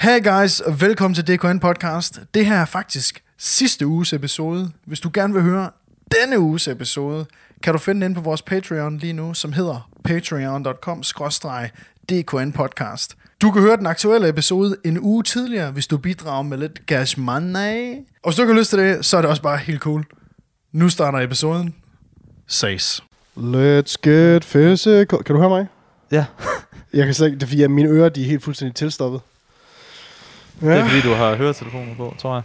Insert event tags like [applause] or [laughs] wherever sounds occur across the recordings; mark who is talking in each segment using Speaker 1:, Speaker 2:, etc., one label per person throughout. Speaker 1: Hey guys, og velkommen til DKN Podcast. Det her er faktisk sidste uges episode. Hvis du gerne vil høre denne uges episode, kan du finde den inde på vores Patreon lige nu, som hedder patreon.com DKN Podcast. Du kan høre den aktuelle episode en uge tidligere, hvis du bidrager med lidt cash money. Og hvis du ikke har lyst til det, så er det også bare helt cool. Nu starter episoden. Ses.
Speaker 2: Let's get physical. Kan du høre mig?
Speaker 3: Ja.
Speaker 2: Jeg kan slet ikke, det er fordi, at mine ører de er helt fuldstændig tilstoppet.
Speaker 3: Det er
Speaker 2: Ja.
Speaker 3: fordi, du har høretelefoner på, tror jeg.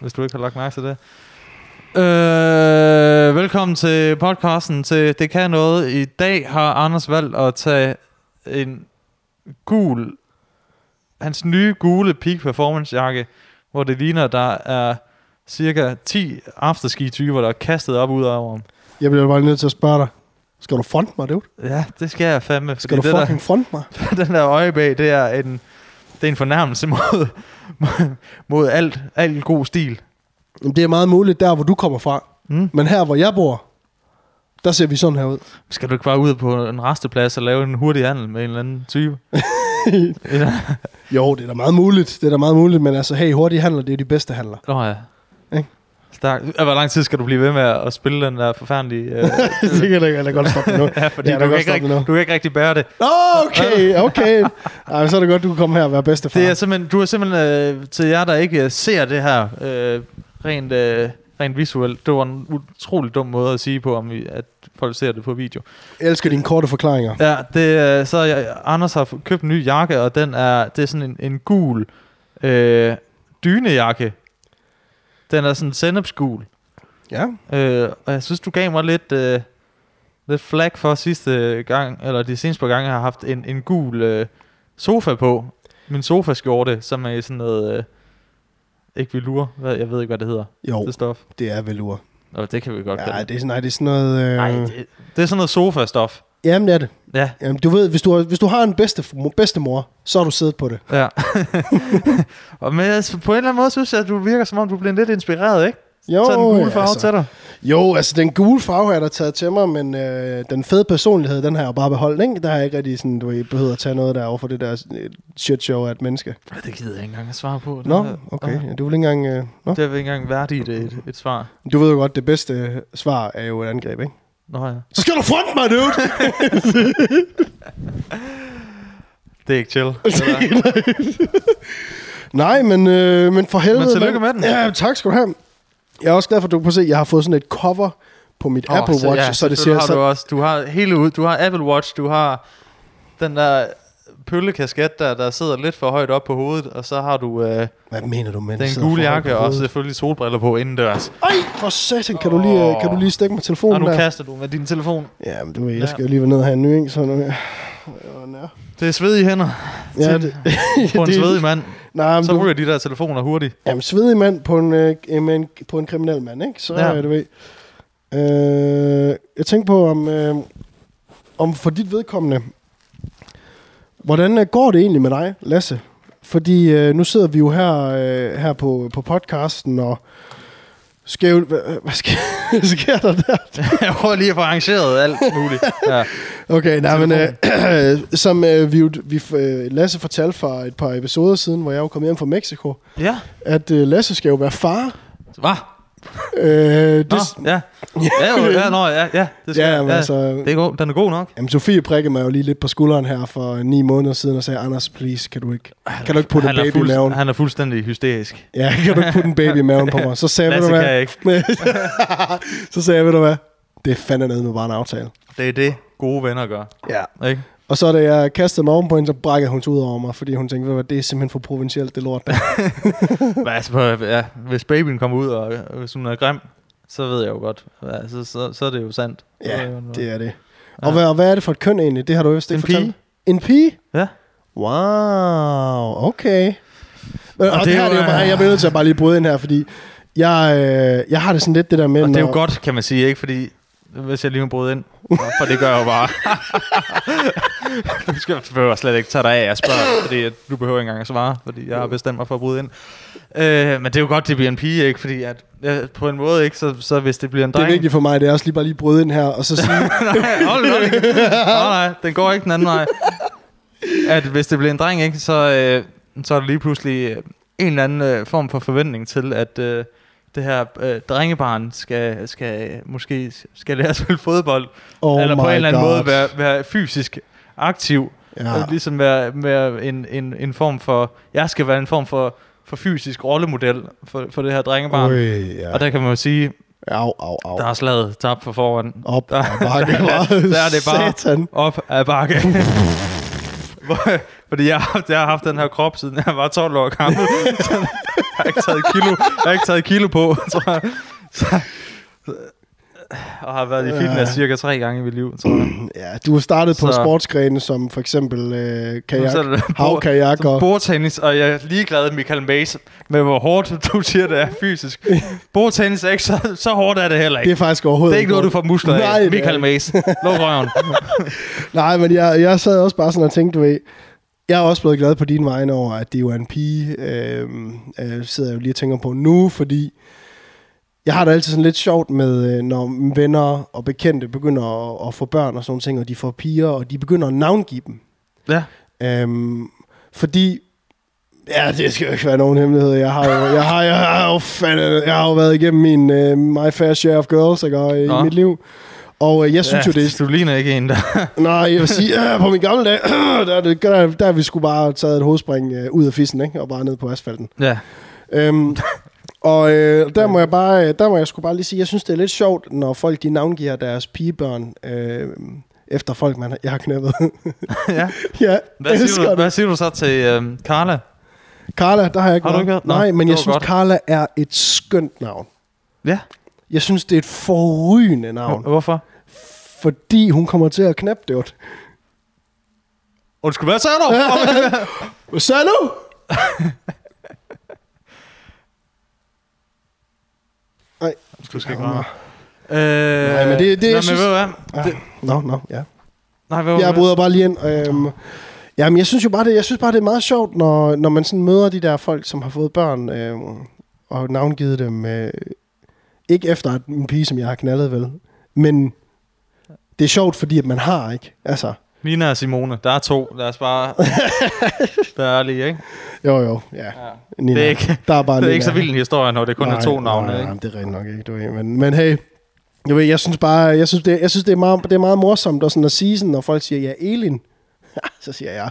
Speaker 3: Hvis du ikke har lagt mærke til det. Øh, velkommen til podcasten til Det Kan Noget. I dag har Anders valgt at tage en gul, hans nye gule Peak Performance jakke, hvor det ligner, der er cirka 10 afterski-typer, der er kastet op ud over ham.
Speaker 2: Jeg bliver bare nødt til at spørge dig. Skal du fronte mig, dude?
Speaker 3: Ja, det skal jeg fandme. fordi
Speaker 2: Skal du
Speaker 3: det der-
Speaker 2: fucking fronte mig?
Speaker 3: [laughs] den der øje bag, det er en, det er en fornærmelse mod, mod alt, alt god stil.
Speaker 2: Jamen, det er meget muligt der, hvor du kommer fra.
Speaker 3: Mm.
Speaker 2: Men her, hvor jeg bor, der ser vi sådan her ud.
Speaker 3: Skal du ikke bare ud på en resteplads og lave en hurtig handel med en eller anden
Speaker 2: [laughs]
Speaker 3: type? ja.
Speaker 2: Jo, det er da meget muligt. Det er da meget muligt, men altså, hey, hurtige handler, det er de bedste handler.
Speaker 3: Nå ja.
Speaker 2: Ikke?
Speaker 3: Stærk. Ja, Hvor lang tid skal du blive ved med at spille den der forfærdelige... Øh,
Speaker 2: [laughs] det kan jeg da- jeg da godt stoppe [laughs] nu.
Speaker 3: [laughs] ja, fordi
Speaker 2: Ja,
Speaker 3: ja,
Speaker 2: der
Speaker 3: du,
Speaker 2: går
Speaker 3: kan ikke
Speaker 2: stoppet
Speaker 3: rigtig,
Speaker 2: nu.
Speaker 3: du kan ikke rigtig bære det.
Speaker 2: Okay, [laughs] okay. Ej, men så er det godt, du kan komme her og være bedstefar.
Speaker 3: det er simpelthen, du er simpelthen... Øh, til jer, der ikke øh, ser det her øh, rent, øh, rent visuelt, det var en utrolig dum måde at sige på, om I, at folk ser det på video.
Speaker 2: Jeg elsker dine korte forklaringer.
Speaker 3: Ja, det, øh, så jeg, Anders har f- købt en ny jakke, og den er, det er sådan en, en gul øh, dynejakke. Den er sådan sennepsgul.
Speaker 2: Ja.
Speaker 3: Øh, og jeg synes, du gav mig lidt, øh, lidt flag for sidste gang, eller de seneste par gange, jeg har haft en, en gul øh, sofa på. Min sofaskjorte, som er i sådan noget... Øh, ikke velur. Hvad- Jeg ved ikke, hvad det hedder.
Speaker 2: Jo,
Speaker 3: Det stof.
Speaker 2: det er velur.
Speaker 3: Nå, det kan vi godt
Speaker 2: Ja,
Speaker 3: kalde
Speaker 2: det er, sådan- nej, det er sådan noget... Øh...
Speaker 3: Nej, det, det er sådan noget sofa-stof.
Speaker 2: Jamen, det er det.
Speaker 3: Ja,
Speaker 2: Jamen, du ved, hvis du har, hvis du har en bedste, bedstemor, så har du siddet på det. [laughs]
Speaker 3: Ja. og men altså, på en eller anden måde synes jeg, at du virker som om, du bliver lidt inspireret, ikke?
Speaker 2: Jo,
Speaker 3: Tag den gule
Speaker 2: ja,
Speaker 3: farve
Speaker 2: altså.
Speaker 3: til dig.
Speaker 2: Jo, altså den gule farve har der taget til mig, men øh, den fede personlighed, den har jeg jo bare beholdt, ikke? Der har jeg ikke rigtig sådan, du ved, behøver at tage noget der over for det der øh, shit show af et menneske.
Speaker 3: Ja, Det gider jeg ikke engang at svare på. Det
Speaker 2: Nå,
Speaker 3: der-
Speaker 2: okay.
Speaker 3: Ja.
Speaker 2: Ja, du vil ikke engang... Øh, nå.
Speaker 3: Det er vel ikke engang værdigt et, et, et svar.
Speaker 2: Du ved jo godt, det bedste øh, svar er jo et angreb, ikke?
Speaker 3: Nå ja.
Speaker 2: Så skal du fronte mig, dude!
Speaker 3: Det er ikke chill. Det
Speaker 2: [laughs]
Speaker 3: der.
Speaker 2: Nej, men, øh, men for helvede...
Speaker 3: Men tillykke
Speaker 2: mand.
Speaker 3: med den.
Speaker 2: Ja, tak skal du have. Jeg er også glad for, at du kan se, at jeg har fået sådan et cover på mit
Speaker 3: Åh,
Speaker 2: Apple Watch, så, ja, så det
Speaker 3: selvfølgelig
Speaker 2: ser
Speaker 3: har du
Speaker 2: så...
Speaker 3: også. Du har hele ud. Du har Apple Watch. Du har den der pøllekasket, der, der sidder lidt for højt op på hovedet. Og så har du øh,
Speaker 2: Hvad mener du, mand?
Speaker 3: den
Speaker 2: Sidder
Speaker 3: gule
Speaker 2: foran
Speaker 3: jakke
Speaker 2: på
Speaker 3: og
Speaker 2: hovedet.
Speaker 3: selvfølgelig solbriller på indendørs.
Speaker 2: Ej, for satan, kan du lige, øh,
Speaker 3: Åh.
Speaker 2: kan du lige stikke mig
Speaker 3: Og
Speaker 2: telefonen
Speaker 3: nu
Speaker 2: der?
Speaker 3: kaster du med din telefon.
Speaker 2: Ja, men du ved, jeg
Speaker 3: Ja.
Speaker 2: skal jo lige være ned og have en ny, ikke? Så nu, ja, ja,
Speaker 3: Det er svedige hænder
Speaker 2: [laughs] ja,
Speaker 3: Til-
Speaker 2: det,
Speaker 3: på en
Speaker 2: Det-
Speaker 3: svedig mand.
Speaker 2: nej, men
Speaker 3: Så
Speaker 2: du,
Speaker 3: ryger de der telefoner hurtigt.
Speaker 2: jamen, svedig mand på en, øh, med en, på en kriminel mand, ikke? Så
Speaker 3: Ja.
Speaker 2: ja. du ved. Øh, jeg tænker på, om, øh, om for dit vedkommende, hvordan øh, går det egentlig med dig, Lasse? Fordi øh, nu sidder vi jo her, øh, her på, på podcasten, og skal jo, hvad, hvad, sker, [laughs] hvad sker der der?
Speaker 3: [laughs] jeg prøver lige at få arrangeret alt muligt. Ja.
Speaker 2: Okay, nej, men øh, [clears throat] som øh, vi, jo- vi øh, Lasse fortalte for et par episoder siden, hvor jeg jo kom hjem fra Mexico,
Speaker 3: ja.
Speaker 2: at øh, Lasse skal jo være far.
Speaker 3: Hvad?
Speaker 2: Øh, det,
Speaker 3: Nå, ja. Ja, jo, ja, nå, ja, ja. Det
Speaker 2: ja, men
Speaker 3: ja.
Speaker 2: ja. altså...
Speaker 3: Det er god. Den er god nok.
Speaker 2: Jamen, Sofie prikkede mig jo lige lidt på skulderen her for øh, ni måneder siden og sagde, Anders, please, kan du ikke, kan du ikke putte en
Speaker 3: er
Speaker 2: baby i maven?
Speaker 3: han er fuldstændig hysterisk.
Speaker 2: Ja, kan du ikke putte en baby i maven på mig? Så sagde jeg, ved
Speaker 3: Lasse
Speaker 2: du
Speaker 3: kan jeg
Speaker 2: hvad?
Speaker 3: ikke.
Speaker 2: [laughs] så sagde jeg, ved du hvad? Det er fandme noget med bare en aftale.
Speaker 3: Det er det, gode venner gør.
Speaker 2: Ja.
Speaker 3: Ikke?
Speaker 2: Og så da jeg kastede mig ovenpå hende, så brækkede hun sig ud over mig, fordi hun tænkte, ved du hvad, det er simpelthen for provincielt, det lort. der."
Speaker 3: Men altså, prøv at- ja, hvis babyen kommer ud, og øh, hvis hun er grim, så ved jeg jo godt. Ja, så, så, så er det jo sandt. Så er
Speaker 2: Ja,
Speaker 3: jo noget.
Speaker 2: det er det.
Speaker 3: Ja.
Speaker 2: Og hvad, og hvad er det for et køn egentlig? Det har du jo vist ikke
Speaker 3: En pige.
Speaker 2: fortalt. En pige?
Speaker 3: Ja.
Speaker 2: Wow, okay. Og, og
Speaker 3: det
Speaker 2: det, det
Speaker 3: er
Speaker 2: her,
Speaker 3: jo,
Speaker 2: det er jo bare,
Speaker 3: øh,
Speaker 2: jeg bliver nødt til at bare lige bryde ind her, fordi jeg, øh, jeg har det sådan lidt det der med,
Speaker 3: Og det er jo
Speaker 2: når-
Speaker 3: godt, kan man sige, ikke? Fordi hvis jeg lige må bryde ind, for det gør jeg jo bare. du skal behøver slet ikke tage dig af at spørge, fordi at du behøver ikke engang at svare, fordi jeg har bestemt mig for at bryde ind. Øh, men det er jo godt, det bliver en pige, ikke? Fordi at, øh, på en måde, ikke? Så, så hvis det bliver en
Speaker 2: det er
Speaker 3: dreng...
Speaker 2: vigtigt for mig, det er også lige bare lige bryde ind her, og så
Speaker 3: [laughs]
Speaker 2: sige,
Speaker 3: nej, hold, hold, ikke. nej, nej, den går ikke den anden vej. At hvis det bliver en dreng, ikke? Så, øh, så er der lige pludselig øh, en eller anden øh, form for forventning til, at øh, det her øh, drengebarn skal, skal øh, måske skal lære at spille fodbold,
Speaker 2: Oh
Speaker 3: eller på en
Speaker 2: my
Speaker 3: eller anden
Speaker 2: God.
Speaker 3: måde være, være fysisk aktiv,
Speaker 2: Ja.
Speaker 3: ja. og ligesom være, være en, en, en form for, jeg skal være en form for, for fysisk rollemodel for, for det her drengebarn.
Speaker 2: Øj,
Speaker 3: Okay.
Speaker 2: ja.
Speaker 3: Og der kan man jo sige,
Speaker 2: Au, au, au.
Speaker 3: der er slaget tabt for foran.
Speaker 2: Op
Speaker 3: Der-
Speaker 2: ad
Speaker 3: [laughs]
Speaker 2: bakke.
Speaker 3: der er det bare-
Speaker 2: Satan.
Speaker 3: Op ad bakke. [laughs] Hvor- Fordi jeg, har haft- jeg har haft den her krop, siden jeg var 12 år gammel. [laughs] Så jeg har ikke taget kilo, jeg har ikke taget kilo på, [laughs] tror jeg. Så, og har været i fitness cirka tre gange i mit liv, tror jeg.
Speaker 2: Ja, du startede på
Speaker 3: Så-
Speaker 2: sportsgrene som for eksempel øh, kajak,
Speaker 3: Så er det bord- [laughs]
Speaker 2: havkajak
Speaker 3: Som
Speaker 2: og...
Speaker 3: bordtennis, og jeg er ligeglad, Michael Mays, med hvor hårdt [laughs] du siger, det er fysisk. Bordtennis er ikke så, så hårdt, er det heller
Speaker 2: Det
Speaker 3: ikke.
Speaker 2: er
Speaker 3: Det
Speaker 2: faktisk
Speaker 3: er,
Speaker 2: overhovedet
Speaker 3: det er ikke noget, du får muskler
Speaker 2: Nej,
Speaker 3: Nej,
Speaker 2: det er
Speaker 3: af. Michael
Speaker 2: det.
Speaker 3: Mays, luk
Speaker 2: [laughs]
Speaker 3: røven.
Speaker 2: Nej, men jeg, jeg sad også bare sådan og tænkte, du ved, jeg er også blevet glad på din vegne over, at det jo er en pige, øh, øh, sidder jeg jo lige og tænker på nu, fordi jeg har det altid sådan lidt sjovt med, øh, når venner og bekendte begynder at, at få børn og sådan nogle ting, og de får piger, og de begynder at navngive dem.
Speaker 3: Ja.
Speaker 2: Øhm, fordi Ja, det skal jo ikke være nogen hemmelighed. Jeg har jo, jeg har, jeg har jo, fandme, jeg har jo været igennem min uh, my fair share of girls ikke, og, i
Speaker 3: Nå.
Speaker 2: mit liv. Og øh, jeg synes
Speaker 3: ja,
Speaker 2: jo, det er...
Speaker 3: Du ligner ikke en, der...
Speaker 2: Nej, jeg vil sige, øh, på min gamle dag, [clears throat] øh, der, er det- der, der, er vi skulle bare taget et hovedspring øh, ud af fissen, ikke? Og bare ned på asfalten.
Speaker 3: Ja.
Speaker 2: Øhm, og øh, der må jeg bare, øh, der må jeg sgu bare lige sige, jeg synes, det er lidt sjovt, når folk de navngiver deres pigebørn øh, efter folk, man, har- jeg har knæppet.
Speaker 3: ja.
Speaker 2: [laughs] ja,
Speaker 3: Hvad, siger
Speaker 2: elsker
Speaker 3: du,
Speaker 2: det.
Speaker 3: hvad siger du så til øhm, Carla?
Speaker 2: Carla, der har jeg ikke
Speaker 3: Har
Speaker 2: noget.
Speaker 3: du ikke hørt? Nå,
Speaker 2: Nej, men
Speaker 3: det
Speaker 2: jeg
Speaker 3: var
Speaker 2: synes,
Speaker 3: godt.
Speaker 2: Carla er et skønt navn.
Speaker 3: Ja.
Speaker 2: Jeg synes, det er et forrygende navn,
Speaker 3: [laughs] Hvorfor?
Speaker 2: fordi hun kommer til at knæppe det.
Speaker 3: Undskyld, hvad
Speaker 2: [laughs]
Speaker 3: sagde du?
Speaker 2: Hvad sagde
Speaker 3: [laughs]
Speaker 2: du?
Speaker 3: du skal ikke røre mig. Øh,
Speaker 2: Nej, men det- det-
Speaker 3: nej,
Speaker 2: jeg
Speaker 3: men
Speaker 2: synes-
Speaker 3: ved du hvad?
Speaker 2: Ja.
Speaker 3: Det-
Speaker 2: Nå, nå, ja.
Speaker 3: Nej, hvad
Speaker 2: Jeg bryder bare lige ind. Øhm, jamen, jeg synes jo bare, det, jeg synes bare, det er meget sjovt, når, når man sådan møder de der folk, som har fået børn, øhm, og navngivet dem, øh, ikke efter at en pige, som jeg har knaldet vel, men det er sjovt, fordi at man har, ikke? Altså,
Speaker 3: Mina og Simone, der er to. Lad os
Speaker 2: [laughs]
Speaker 3: bare være ærlige, ikke?
Speaker 2: jo jo, ja.
Speaker 3: Ja.
Speaker 2: Nina.
Speaker 3: Det er ikke-
Speaker 2: der er bare
Speaker 3: Det er
Speaker 2: Nina.
Speaker 3: ikke så vild en historie, når det kun er to navne,
Speaker 2: nej,
Speaker 3: ikke?
Speaker 2: det er rent nok ikke, du ved. Men, men hey, du ved, jeg synes bare, jeg synes, det, jeg synes, det, er, meget, det er meget morsomt at, sådan at sige sådan, når folk siger, ja, Elin, [laughs] så siger jeg,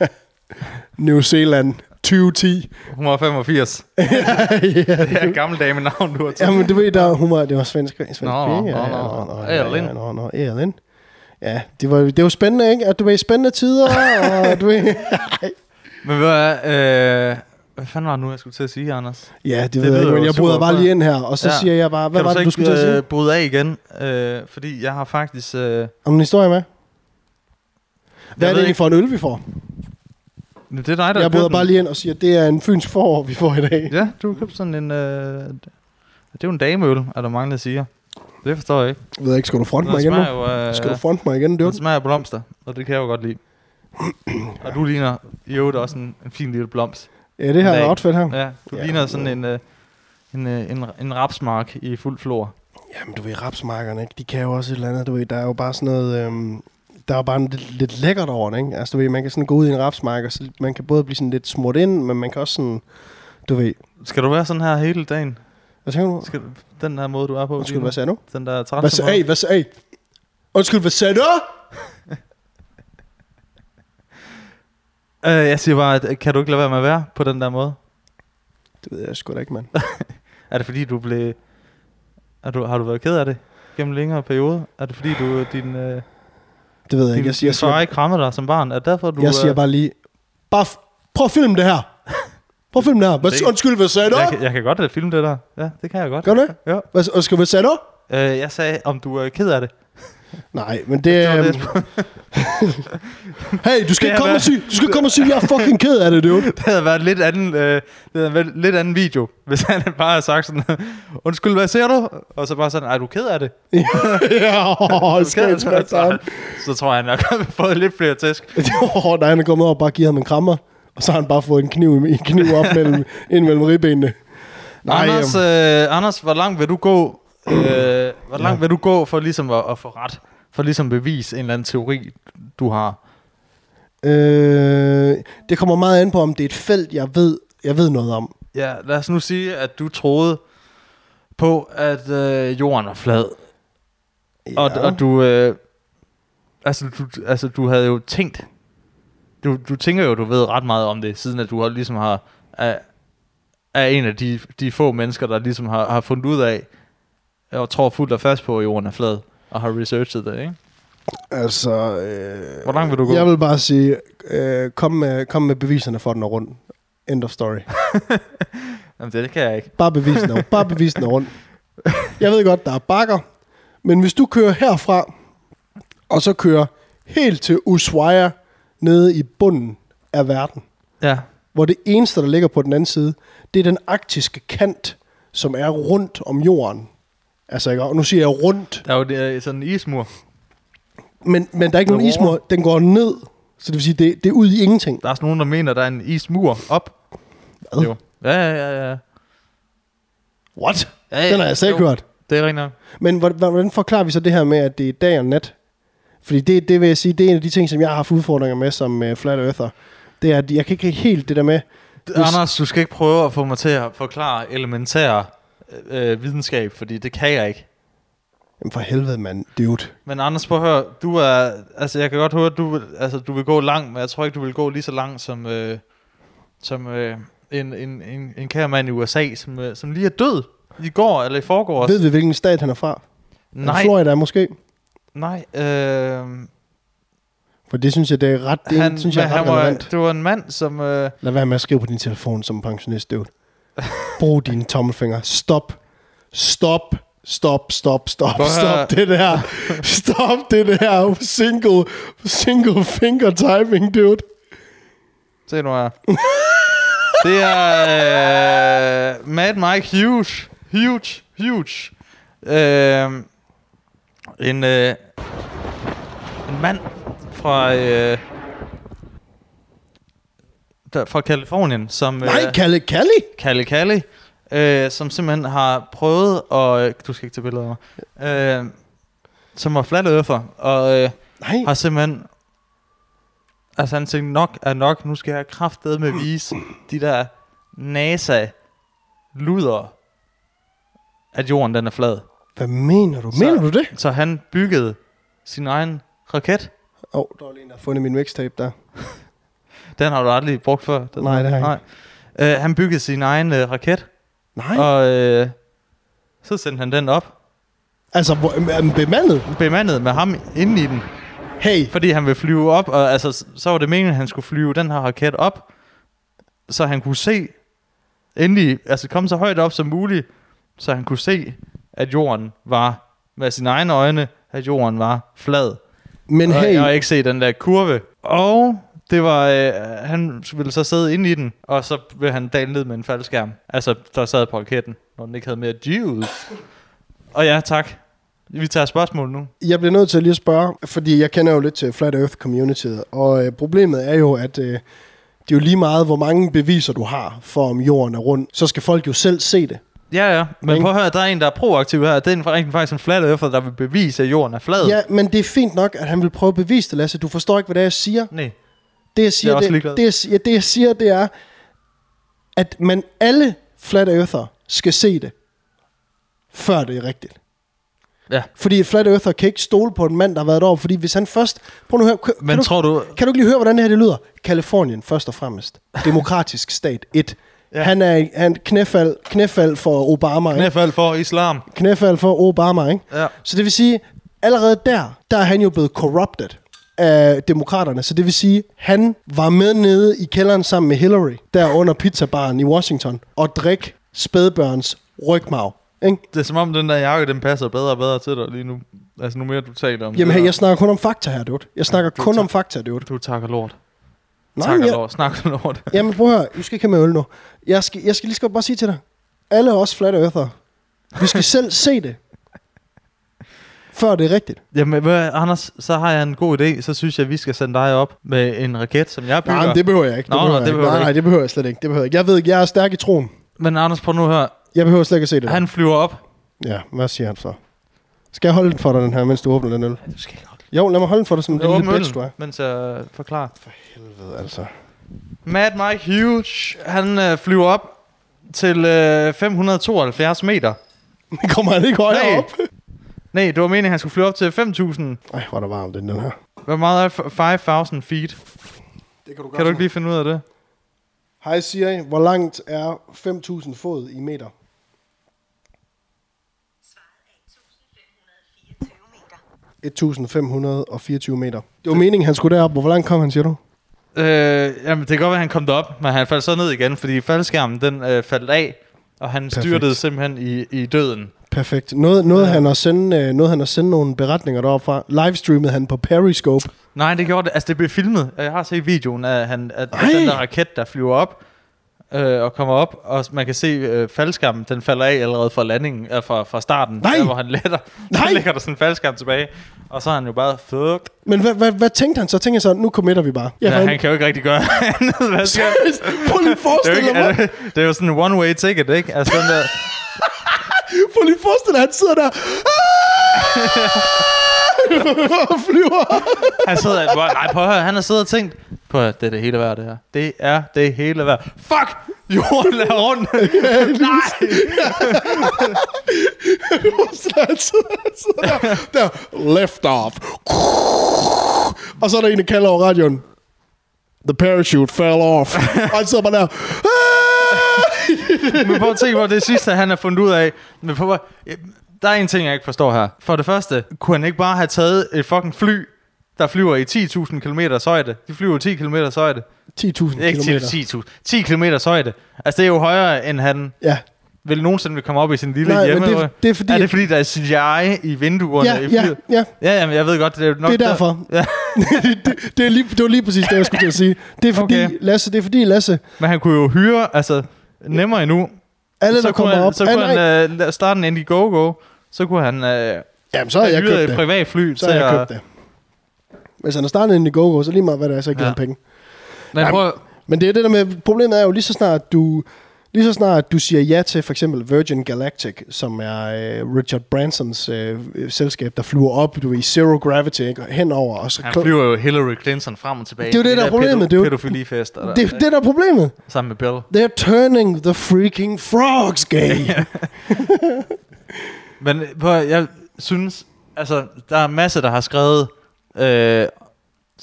Speaker 2: [laughs] New Zealand 2010. [laughs]
Speaker 3: 185.
Speaker 2: ja,
Speaker 3: Det er en gammel dame navn, du
Speaker 2: [laughs]
Speaker 3: har taget.
Speaker 2: Jamen, du ved, der, hun var, det var svensk, svensk
Speaker 3: Nå,
Speaker 2: pige.
Speaker 3: nå,
Speaker 2: ja,
Speaker 3: nå,
Speaker 2: ja,
Speaker 3: nå.
Speaker 2: ja,
Speaker 3: Elin.
Speaker 2: Ja, nå, nå, Elin. Ja, det var, det var spændende, ikke? At du var i spændende tider, og du
Speaker 3: [laughs]
Speaker 2: ved...
Speaker 3: Men hvad, øh, hvad fanden var det nu, jeg skulle til at sige, Anders?
Speaker 2: Ja, det, det ved
Speaker 3: lyder
Speaker 2: jeg ikke, men
Speaker 3: jo
Speaker 2: jeg bryder
Speaker 3: super
Speaker 2: bare
Speaker 3: godt.
Speaker 2: lige ind her, og så ja.
Speaker 3: Ja.
Speaker 2: siger jeg bare, hvad
Speaker 3: kan
Speaker 2: var
Speaker 3: du så
Speaker 2: det, du skulle til
Speaker 3: ikke
Speaker 2: at sige?
Speaker 3: bryde af igen? Øh, fordi jeg har faktisk... Øh,
Speaker 2: Om en historie med? Hvad er
Speaker 3: ved
Speaker 2: det egentlig
Speaker 3: ikke-
Speaker 2: for en øl, vi får?
Speaker 3: det er dig, der
Speaker 2: Jeg
Speaker 3: købte
Speaker 2: bryder
Speaker 3: den.
Speaker 2: bare lige ind og siger, at det er en fynsk forår, vi får i dag.
Speaker 3: Ja, du har købt sådan en... Øh, det er jo en dameøl, er der mange, der siger. Det forstår jeg ikke.
Speaker 2: Jeg ved ikke, skal du fronte mig
Speaker 3: Den
Speaker 2: igen
Speaker 3: smager
Speaker 2: nu?
Speaker 3: jo, øh, altså,
Speaker 2: Skal du fronte mig igen,
Speaker 3: den
Speaker 2: dude?
Speaker 3: smager af blomster, og det kan jeg jo godt lide. Og du ligner i øvrigt også en, en fin lille blomst.
Speaker 2: Ja, det her
Speaker 3: Nej.
Speaker 2: outfit her.
Speaker 3: Ja, du
Speaker 2: Ja.
Speaker 3: ligner sådan en, øh, en, øh, en, en rapsmark i fuld flor.
Speaker 2: Jamen, du ved, rapsmarkerne, ikke? de kan jo også et eller andet. Du ved, der er jo bare sådan noget... Øhm, der er jo bare en lidt, lidt lækkert over det, ikke? Altså, du ved, man kan sådan gå ud i en rapsmark, og så man kan både blive sådan lidt smurt ind, men man kan også sådan... Du ved...
Speaker 3: Skal du være sådan her hele dagen?
Speaker 2: Hvad tænker du?
Speaker 3: Skal, den her måde, du er på? lige
Speaker 2: Undskyld,
Speaker 3: nu?
Speaker 2: hvad sagde du?
Speaker 3: Den der trætte
Speaker 2: Hvad sagde hey, Hvad sagde hey. Undskyld, hvad sagde du?
Speaker 3: Øh, jeg siger bare, at, øh, kan du ikke lade være med at være på den der måde?
Speaker 2: Det ved jeg sgu da ikke, mand.
Speaker 3: Er det fordi, du blev... Er du, har du været ked af det gennem en længere periode? Er det fordi, du din... Øh,
Speaker 2: Det ved jeg ikke. Jeg siger,
Speaker 3: din, din
Speaker 2: jeg siger,
Speaker 3: far ikke krammede dig som barn? Er det derfor, du... øh,
Speaker 2: jeg siger bare lige... Bare f- prøv at filme det her. Prøv at filme det her. Hvad,
Speaker 3: Det-
Speaker 2: undskyld, hvad sagde du?
Speaker 3: jeg, kan- jeg kan godt lade filme det der. Ja, det kan jeg godt.
Speaker 2: Gør du det?
Speaker 3: Ja.
Speaker 2: Hvad, undskyld, hvad sagde du?
Speaker 3: Øh, jeg sagde, om du er ked af det.
Speaker 2: Nej, men det...
Speaker 3: var
Speaker 2: øhm,
Speaker 3: det,
Speaker 2: [laughs] hey, du skal
Speaker 3: Det
Speaker 2: ikke
Speaker 3: har
Speaker 2: komme og
Speaker 3: været-
Speaker 2: sige, du skal ikke komme og sige, jeg er fucking ked af det,
Speaker 3: [laughs]
Speaker 2: dude.
Speaker 3: Det havde været en lidt anden, øh, det havde været en lidt anden video, [laughs] hvis han bare havde sagt sådan, undskyld, hvad ser du? Og så bare sådan, er du er ked af det?
Speaker 2: ja, åh,
Speaker 3: Er du
Speaker 2: skæld,
Speaker 3: ked af det?
Speaker 2: skæld, skæld.
Speaker 3: [laughs] så tror jeg, han har [laughs] fået lidt flere tæsk.
Speaker 2: [laughs] Åh, nej, han er kommet over og bare givet ham en krammer. Og så har han bare fået en kniv, en kniv op
Speaker 3: [laughs]
Speaker 2: mellem, ind mellem ribbenene. Nej,
Speaker 3: Anders,
Speaker 2: øhm,
Speaker 3: øh, Anders, hvor langt vil du gå? Øh, hvor langt vil du gå for ligesom at, at få ret? For ligesom at bevise en eller anden teori, du har?
Speaker 2: øhm, Øh, det kommer meget an på, om det er et felt, jeg ved, jeg ved noget om.
Speaker 3: Ja, lad os nu sige, at du troede på, at øh, jorden er flad. Ja. Og, og du, øh, altså, du, altså, du havde jo tænkt, du, du tænker jo, du ved ret meget om det, siden at du har, ligesom har, er, er en af de, de få mennesker, der ligesom har, har fundet ud af, og tror fuldt og fast på, at jorden er flad, og har researchet det, ikke?
Speaker 2: Altså, øh,
Speaker 3: Hvor langt vil du gå?
Speaker 2: Jeg vil bare sige, øh, kom, med, kom med beviserne for, at den er rundt. End of story.
Speaker 3: Jamen, det, det kan jeg ikke.
Speaker 2: Bare bevis den er, bare bevis den er rundt. Jeg ved godt, der er bakker, men hvis du kører herfra, og så kører helt til Ushuaia, nede i bunden af verden,
Speaker 3: Ja,
Speaker 2: hvor det eneste, der ligger på den anden side, det er den arktiske kant, som er rundt om jorden. Altså, ikke? og nu siger jeg rundt,
Speaker 3: der er jo det, øh, sådan en ismur.
Speaker 2: men, men der er ikke nogen
Speaker 3: Derovre.
Speaker 2: ismur, den går ned, så det vil sige, det, det er ud i ingenting.
Speaker 3: Der er også nogen, der mener, der er en ismur op.
Speaker 2: Hvad?
Speaker 3: Jo. Ja, ja, ja, ja.
Speaker 2: What?
Speaker 3: Ja, ja,
Speaker 2: Den har jeg selv
Speaker 3: jo.
Speaker 2: hørt.
Speaker 3: Det er rigtigt nok.
Speaker 2: Men hvor- hvor- hvordan forklarer vi så det her med, at det er dag og nat? Fordi det, det vil jeg sige, det er en af de ting, som jeg har haft udfordringer med som uh, flat earther. Det er, at jeg kan ikke helt det der med... Hvis-
Speaker 3: Anders, du skal ikke prøve at få mig til at forklare elementær øh, øh, videnskab, fordi det kan jeg ikke.
Speaker 2: Jamen for helvede, mand. Dude.
Speaker 3: Men Anders, prøv at høre, du er, altså jeg kan godt høre, at du vil, altså, du vil gå langt, men jeg tror ikke, du vil gå lige så langt som, øh, som øh, en, en, en, en kære mand i USA, som, øh, som lige er død i går eller i forgårs.
Speaker 2: Ved vi, hvilken stat han er fra?
Speaker 3: Nej,
Speaker 2: Florida måske?
Speaker 3: nej, øh,
Speaker 2: For det synes jeg, det er ret, det
Speaker 3: han,
Speaker 2: han, synes jeg er
Speaker 3: men
Speaker 2: ret
Speaker 3: han var,
Speaker 2: relevant.
Speaker 3: det var en mand, som, øh,
Speaker 2: Lad være med at skrive på din telefon som pensionist, dude. Brug dine tommelfinger. Stop. Stop. Stop, stop, stop,
Speaker 3: Prøv at høre.
Speaker 2: stop det der. Stop det der. Single, single finger typing, dude.
Speaker 3: se nu her, det er øh, Mad Mike Hughes, huge, huge, øh, en, øh, en mand fra, øh, der, fra Kalifornien, som
Speaker 2: Nej, Kalle, Kalle.
Speaker 3: Kalle Kalle, øh, som simpelthen har prøvet at, øh, du skal ikke tage billeder af mig, øh, som var flat earther, og øh,
Speaker 2: Nej.
Speaker 3: har simpelthen, altså han tænkte, nok er nok, nu skal jeg kraftedeme med vise de der NASA luder, at jorden den er flad.
Speaker 2: Hvad mener du?
Speaker 3: Så-
Speaker 2: Mener du det?
Speaker 3: Så han byggede sin egen raket.
Speaker 2: Åh, oh, der var lige en, der har fundet min mixtape der.
Speaker 3: Den har du aldrig brugt før. Den
Speaker 2: Nej, det har jeg
Speaker 3: Nej. Øh, han byggede sin egen øh, raket,
Speaker 2: Nej.
Speaker 3: og øh, så sendte han den op.
Speaker 2: Altså, hvor, er den bemandet?
Speaker 3: bemandet med ham inde i den,
Speaker 2: Hey,
Speaker 3: fordi han ville flyve op, og altså, s- så var det meningen, at han skulle flyve den her raket op, så han kunne se, endelig, altså komme så højt op som muligt, så han kunne se, at jorden var, med sine egne øjne, at jorden var flad.
Speaker 2: men
Speaker 3: Og-
Speaker 2: hey.
Speaker 3: Og ikke se den der kurve. Og det var, øh, han ville så sidde inde i den, og så ville han dale ned med en faldskærm. Altså, der sad på raketten, når den ikke havde mere juice. Og ja, tak. Vi tager spørgsmål nu.
Speaker 2: Jeg bliver nødt til lige at spørge, fordi jeg kender jo lidt til Flat Earth Community, og øh, problemet er jo, at øh, det er jo lige meget, hvor mange beviser du har for, om jorden er rund. Så skal folk jo selv se det.
Speaker 3: Ja, ja. Men
Speaker 2: Ikke?
Speaker 3: prøv at høre, der er en, der er proaktiv her. Det er en, rent faktisk en flat earther, der vil bevise, at jorden er flad.
Speaker 2: Ja, men det er fint nok, at han vil prøve at bevise det, Lasse. Du forstår ikke, hvad det er, jeg siger.
Speaker 3: Nej.
Speaker 2: Det, jeg siger,
Speaker 3: også
Speaker 2: det,
Speaker 3: ligeglad.
Speaker 2: det, jeg, siger- det, jeg siger, det er, at man alle Flat Earther skal se det, før det er rigtigt.
Speaker 3: Ja.
Speaker 2: Fordi Flat Earther kan ikke stole på en mand, der har været deroppe, fordi hvis han først... Prøv nu at høre, kan,
Speaker 3: Men
Speaker 2: kan du,
Speaker 3: tror du-
Speaker 2: kan du ikke lige høre, hvordan det her det lyder? Kalifornien, først og fremmest. Demokratisk stat, et.
Speaker 3: Ja.
Speaker 2: Ja. Han er han knæfald, knæfald for Obama, ikke?
Speaker 3: Knæfald for islam.
Speaker 2: knæfald for Obama, ikke?
Speaker 3: Ja.
Speaker 2: Så det vil sige, allerede der, der er han jo blevet corrupted af demokraterne. Så det vil sige, han var med nede i kælderen sammen med Hillary, der under pizzabaren i Washington, og drik spædbørns rygmarv. Ikke?
Speaker 3: Det er som om, den der jakke, den passer bedre og bedre til dig lige nu. Altså, nu mere du taler om
Speaker 2: Jamen
Speaker 3: det
Speaker 2: hey,
Speaker 3: der.
Speaker 2: jeg snakker kun om fakta her, dude. Jeg snakker kun om fakta, dude.
Speaker 3: Du takker lort.
Speaker 2: Nej,
Speaker 3: takker
Speaker 2: jeg-
Speaker 3: lort. Snakker lort. [laughs]
Speaker 2: Jamen prøv at høre, du skal ikke have med øl nu. Jeg skal, jeg skal lige skal bare sige til dig, alle os flat earther, vi skal selv se det, før det er rigtigt.
Speaker 3: Jamen, ved, du hvad, Anders, så har jeg en god idé. Så synes jeg, vi skal sende dig op med en raket, som jeg bygger.
Speaker 2: Nej, men det behøver jeg ikke.
Speaker 3: Nå, nå,
Speaker 2: jeg
Speaker 3: det
Speaker 2: ikke.
Speaker 3: behøver du
Speaker 2: nej, nej,
Speaker 3: ikke.
Speaker 2: det behøver jeg slet ikke. Det behøver jeg ikke. Jeg ved ikke, jeg er stærk i troen.
Speaker 3: men Anders, prøv nu her.
Speaker 2: Jeg behøver slet ikke at se det.
Speaker 3: Han flyver op.
Speaker 2: Ja, hvad siger han så? Skal jeg holde den for dig, den her, mens du åbner den øl?
Speaker 3: Du skal ikke holde
Speaker 2: Jo, lad mig holde den for dig som en
Speaker 3: Åbn
Speaker 2: lille bitch,
Speaker 3: øllen,
Speaker 2: du er.
Speaker 3: mens jeg forklarer.
Speaker 2: Helvede, altså.
Speaker 3: Mad Mike Hughes, han øh, flyver op til øh, 572 meter.
Speaker 2: Det kommer han ikke højere
Speaker 3: Nej.
Speaker 2: op.
Speaker 3: Nej, det var meningen, at han skulle flyve op til 5.000.
Speaker 2: Ej, hvor er der varmt den, den her.
Speaker 3: Hvor meget er f- 5.000 feet?
Speaker 2: Det kan du
Speaker 3: Kan du ikke lige finde ud af det?
Speaker 2: Hej Siri, hvor langt er 5.000 fod i meter?
Speaker 4: Svaret er 1524 meter.
Speaker 2: 1.524 meter. Det var meningen, han skulle derop. Hvor langt kom han, siger du?
Speaker 3: Øh, jamen, det kan godt være, at han kom derop, men han faldt så ned igen, fordi faldskærmen den øh, faldt af, og han
Speaker 2: Perfekt.
Speaker 3: Perfekt. styrtede simpelthen i, i døden.
Speaker 2: Perfekt. Noget, noget,
Speaker 3: Ja.
Speaker 2: han at sende, øh, noget han at sende nogle beretninger derop fra. Livestreamede han på Periscope.
Speaker 3: Nej, det gjorde det. Altså, det blev filmet. og Jeg har set videoen af, han, af af
Speaker 2: Ej!
Speaker 3: den der raket, der flyver op øh, og kommer op, og man kan se øh, faldskærmen, den falder af allerede fra landingen, øh, fra, fra starten,
Speaker 2: Nej!
Speaker 3: Der, hvor han letter.
Speaker 2: Nej!
Speaker 3: Så ligger der sådan en faldskærm tilbage, og så er han jo bare, fuck.
Speaker 2: Men hvad, hvad, hvad tænkte han så? Tænkte han så, nu committer vi bare.
Speaker 3: Ja,
Speaker 2: for-
Speaker 3: han kan jo ikke rigtig gøre [laughs] andet. Hvad skal han?
Speaker 2: Seriøst? [laughs] Prøv lige at
Speaker 3: det, er jo
Speaker 2: forestille
Speaker 3: ikke,
Speaker 2: dig, hvor-
Speaker 3: altså, det er jo sådan en one-way ticket, ikke? Altså, den der,
Speaker 2: prøv lige at forestille dig, han sidder
Speaker 3: [laughs]
Speaker 2: der. og flyver.
Speaker 3: han sidder, hvor, nej, prøv at høre, han har siddet og tænkt, på det er det hele værd, det her. Det er det hele værd. Fuck! Jorden er rund! [laughs] nej!
Speaker 2: Så der er altid- så der, der, left off. Og så er der en, der kalder over radioen. The parachute fell off. Og han sidder bare der.
Speaker 3: Men prøv at tænke på det sidste, han har fundet ud af. Men prøv at, øh, der er en ting, jeg ikke forstår her. For det første, kunne han ikke bare have taget et fucking fly, der flyver i 10.000 km højde? De flyver i 10 km højde.
Speaker 2: 10.000
Speaker 3: Ikke 10,
Speaker 2: kilometer.
Speaker 3: 10.000. 10 km højde. Altså, det er jo højere, end han
Speaker 2: Ja,
Speaker 3: vil nogensinde vil komme op i sin lille
Speaker 2: Nej, men
Speaker 3: hjemme.
Speaker 2: det er- det er fordi,
Speaker 3: er
Speaker 2: at-
Speaker 3: det fordi, der er CGI i vinduerne?
Speaker 2: ja,
Speaker 3: i
Speaker 2: ja,
Speaker 3: flyet?
Speaker 2: ja.
Speaker 3: Ja, jamen, jeg ved godt, det er nok
Speaker 2: Det er derfor.
Speaker 3: Der. Ja.
Speaker 2: [laughs] det, det, er lige, det var lige præcis det, jeg skulle til at sige. Det er fordi,
Speaker 3: Okay.
Speaker 2: Lasse, det er fordi, Lasse,
Speaker 3: Men han kunne jo hyre, altså nemmere endnu.
Speaker 2: alle,
Speaker 3: så
Speaker 2: der
Speaker 3: kunne
Speaker 2: kommer
Speaker 3: han,
Speaker 2: op...
Speaker 3: Så
Speaker 2: alle-
Speaker 3: kunne han øh, la- starte en Indiegogo, så kunne han øh,
Speaker 2: Jamen, så har jeg
Speaker 3: hyre
Speaker 2: købt
Speaker 3: et
Speaker 2: det.
Speaker 3: privatfly.
Speaker 2: Så har jeg
Speaker 3: til
Speaker 2: købt
Speaker 3: at-
Speaker 2: det. Hvis han har startet en Indiegogo, så lige meget, hvad der er, så giver
Speaker 3: Ja.
Speaker 2: han penge.
Speaker 3: Men
Speaker 2: Jamen,
Speaker 3: prøv,
Speaker 2: Men det er det der med, problemet er jo lige så snart du, lige så snart du siger ja til for eksempel Virgin Galactic, som er øh, Richard Bransons øh, øh, selskab, der flyver op du, ved, i zero gravity ikke, og henover. Og så
Speaker 3: han
Speaker 2: kl-
Speaker 3: flyver jo Hillary Clinton frem og tilbage.
Speaker 2: Det er jo det,
Speaker 3: til
Speaker 2: der er
Speaker 3: de
Speaker 2: problemet, det er jo-
Speaker 3: Pædofilifest, og
Speaker 2: det, det er der er problemet.
Speaker 3: sammen med Bill.
Speaker 2: They're turning the freaking frogs
Speaker 3: [laughs]
Speaker 2: gay.
Speaker 3: Men prøv, at- jeg synes, altså, der er masser, der har skrevet, øh,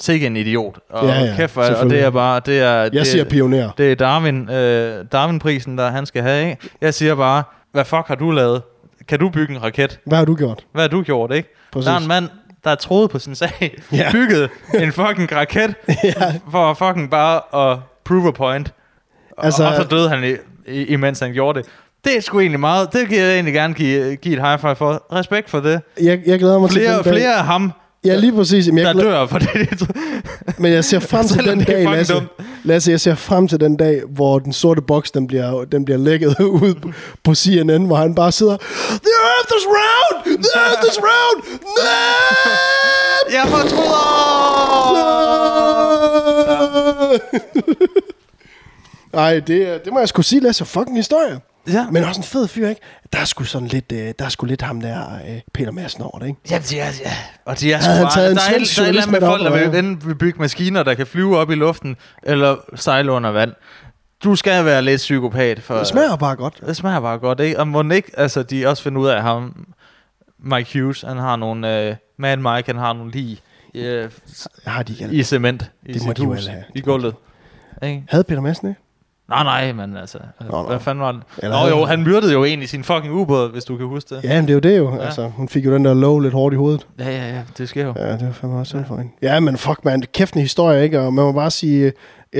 Speaker 3: sikke en idiot, og
Speaker 2: Ja, ja,
Speaker 3: kæft, for, og det
Speaker 2: selvfølgelig.
Speaker 3: er bare, det er, det,
Speaker 2: Jeg siger pioner.
Speaker 3: det er Darwin, øh, Darwin-prisen, der han skal have, ikke? Jeg siger bare, hvad fuck har du lavet? Kan du bygge en raket?
Speaker 2: Hvad har du gjort?
Speaker 3: Hvad har du gjort, ikke?
Speaker 2: Præcis.
Speaker 3: Der er en mand, der er troet på sin sag,
Speaker 2: [laughs] Ja.
Speaker 3: ja. bygget en fucking
Speaker 2: [laughs]
Speaker 3: raket,
Speaker 2: Ja.
Speaker 3: for fucking bare at prove a point.
Speaker 2: Altså-
Speaker 3: Altså, og, og så døde han, i, i, imens han gjorde det. Det er sgu egentlig meget. Det kan jeg egentlig gerne give, give et high five for. Respekt for det.
Speaker 2: Jeg, jeg glæder mig til
Speaker 3: Flere
Speaker 2: den
Speaker 3: og
Speaker 2: dag.
Speaker 3: flere af ham,
Speaker 2: Ja, lige præcis. Jamen,
Speaker 3: der
Speaker 2: jeg, glæder,
Speaker 3: dør for det.
Speaker 2: men jeg ser
Speaker 3: [laughs]
Speaker 2: frem til
Speaker 3: Selvom
Speaker 2: den
Speaker 3: det er
Speaker 2: dag,
Speaker 3: fucking
Speaker 2: Lasse.
Speaker 3: dumt.
Speaker 2: Lasse, jeg ser frem til den dag, hvor den sorte boks, den bliver, den bliver lækket [laughs] ud på CNN, hvor han bare sidder, The earth is round! The earth is round! Nej!
Speaker 3: [laughs] Jeg
Speaker 2: [laughs]
Speaker 3: fortryder!
Speaker 2: Ej, det, er- det må jeg skulle sige, Lasse. Fucking historie.
Speaker 3: Ja.
Speaker 2: Men også en fed fyr, ikke? Der er sgu sådan lidt, øh, der er sgu lidt ham der, øh, Peter Madsen over det, ikke?
Speaker 3: Ja, de er, ja. Og de er sgu
Speaker 2: Havde han
Speaker 3: bare-
Speaker 2: taget en
Speaker 3: der, er,
Speaker 2: svensk
Speaker 3: et- der er et eller andet med
Speaker 2: journalist
Speaker 3: folk,
Speaker 2: med
Speaker 3: der
Speaker 2: op,
Speaker 3: vil, enten vil bygge maskiner, der kan flyve op i luften, eller sejle under vand. Du skal være lidt psykopat. For,
Speaker 2: Det smager bare godt.
Speaker 3: Det smager bare godt, ikke? Og må den ikke, altså, de også finder ud af at ham, Mike Hughes, han har nogle, uh, Mad Mike, han har nogle lige uh,
Speaker 2: Har de ikke alle.
Speaker 3: i cement i
Speaker 2: Det må
Speaker 3: sit
Speaker 2: de jo
Speaker 3: hus,
Speaker 2: alle have.
Speaker 3: i gulvet. Ikke?
Speaker 2: Havde Peter Madsen ikke?
Speaker 3: Nej, nej, men altså,
Speaker 2: Nå,
Speaker 3: Nå,
Speaker 2: nå.
Speaker 3: hvad fanden var det?
Speaker 2: Eller
Speaker 3: Nå
Speaker 2: havde
Speaker 3: jo,
Speaker 2: han-
Speaker 3: han myrdede jo en i sin fucking ubåd, hvis du kan huske det.
Speaker 2: Ja, men det er jo det jo. Ja. Altså, hun fik jo den der lov lidt hårdt i hovedet.
Speaker 3: Ja, ja, ja, det sker jo.
Speaker 2: Ja, det var fandme også synd for hende. Ja, men fuck, man. Kæft en historie, ikke? Og man må bare sige, øh,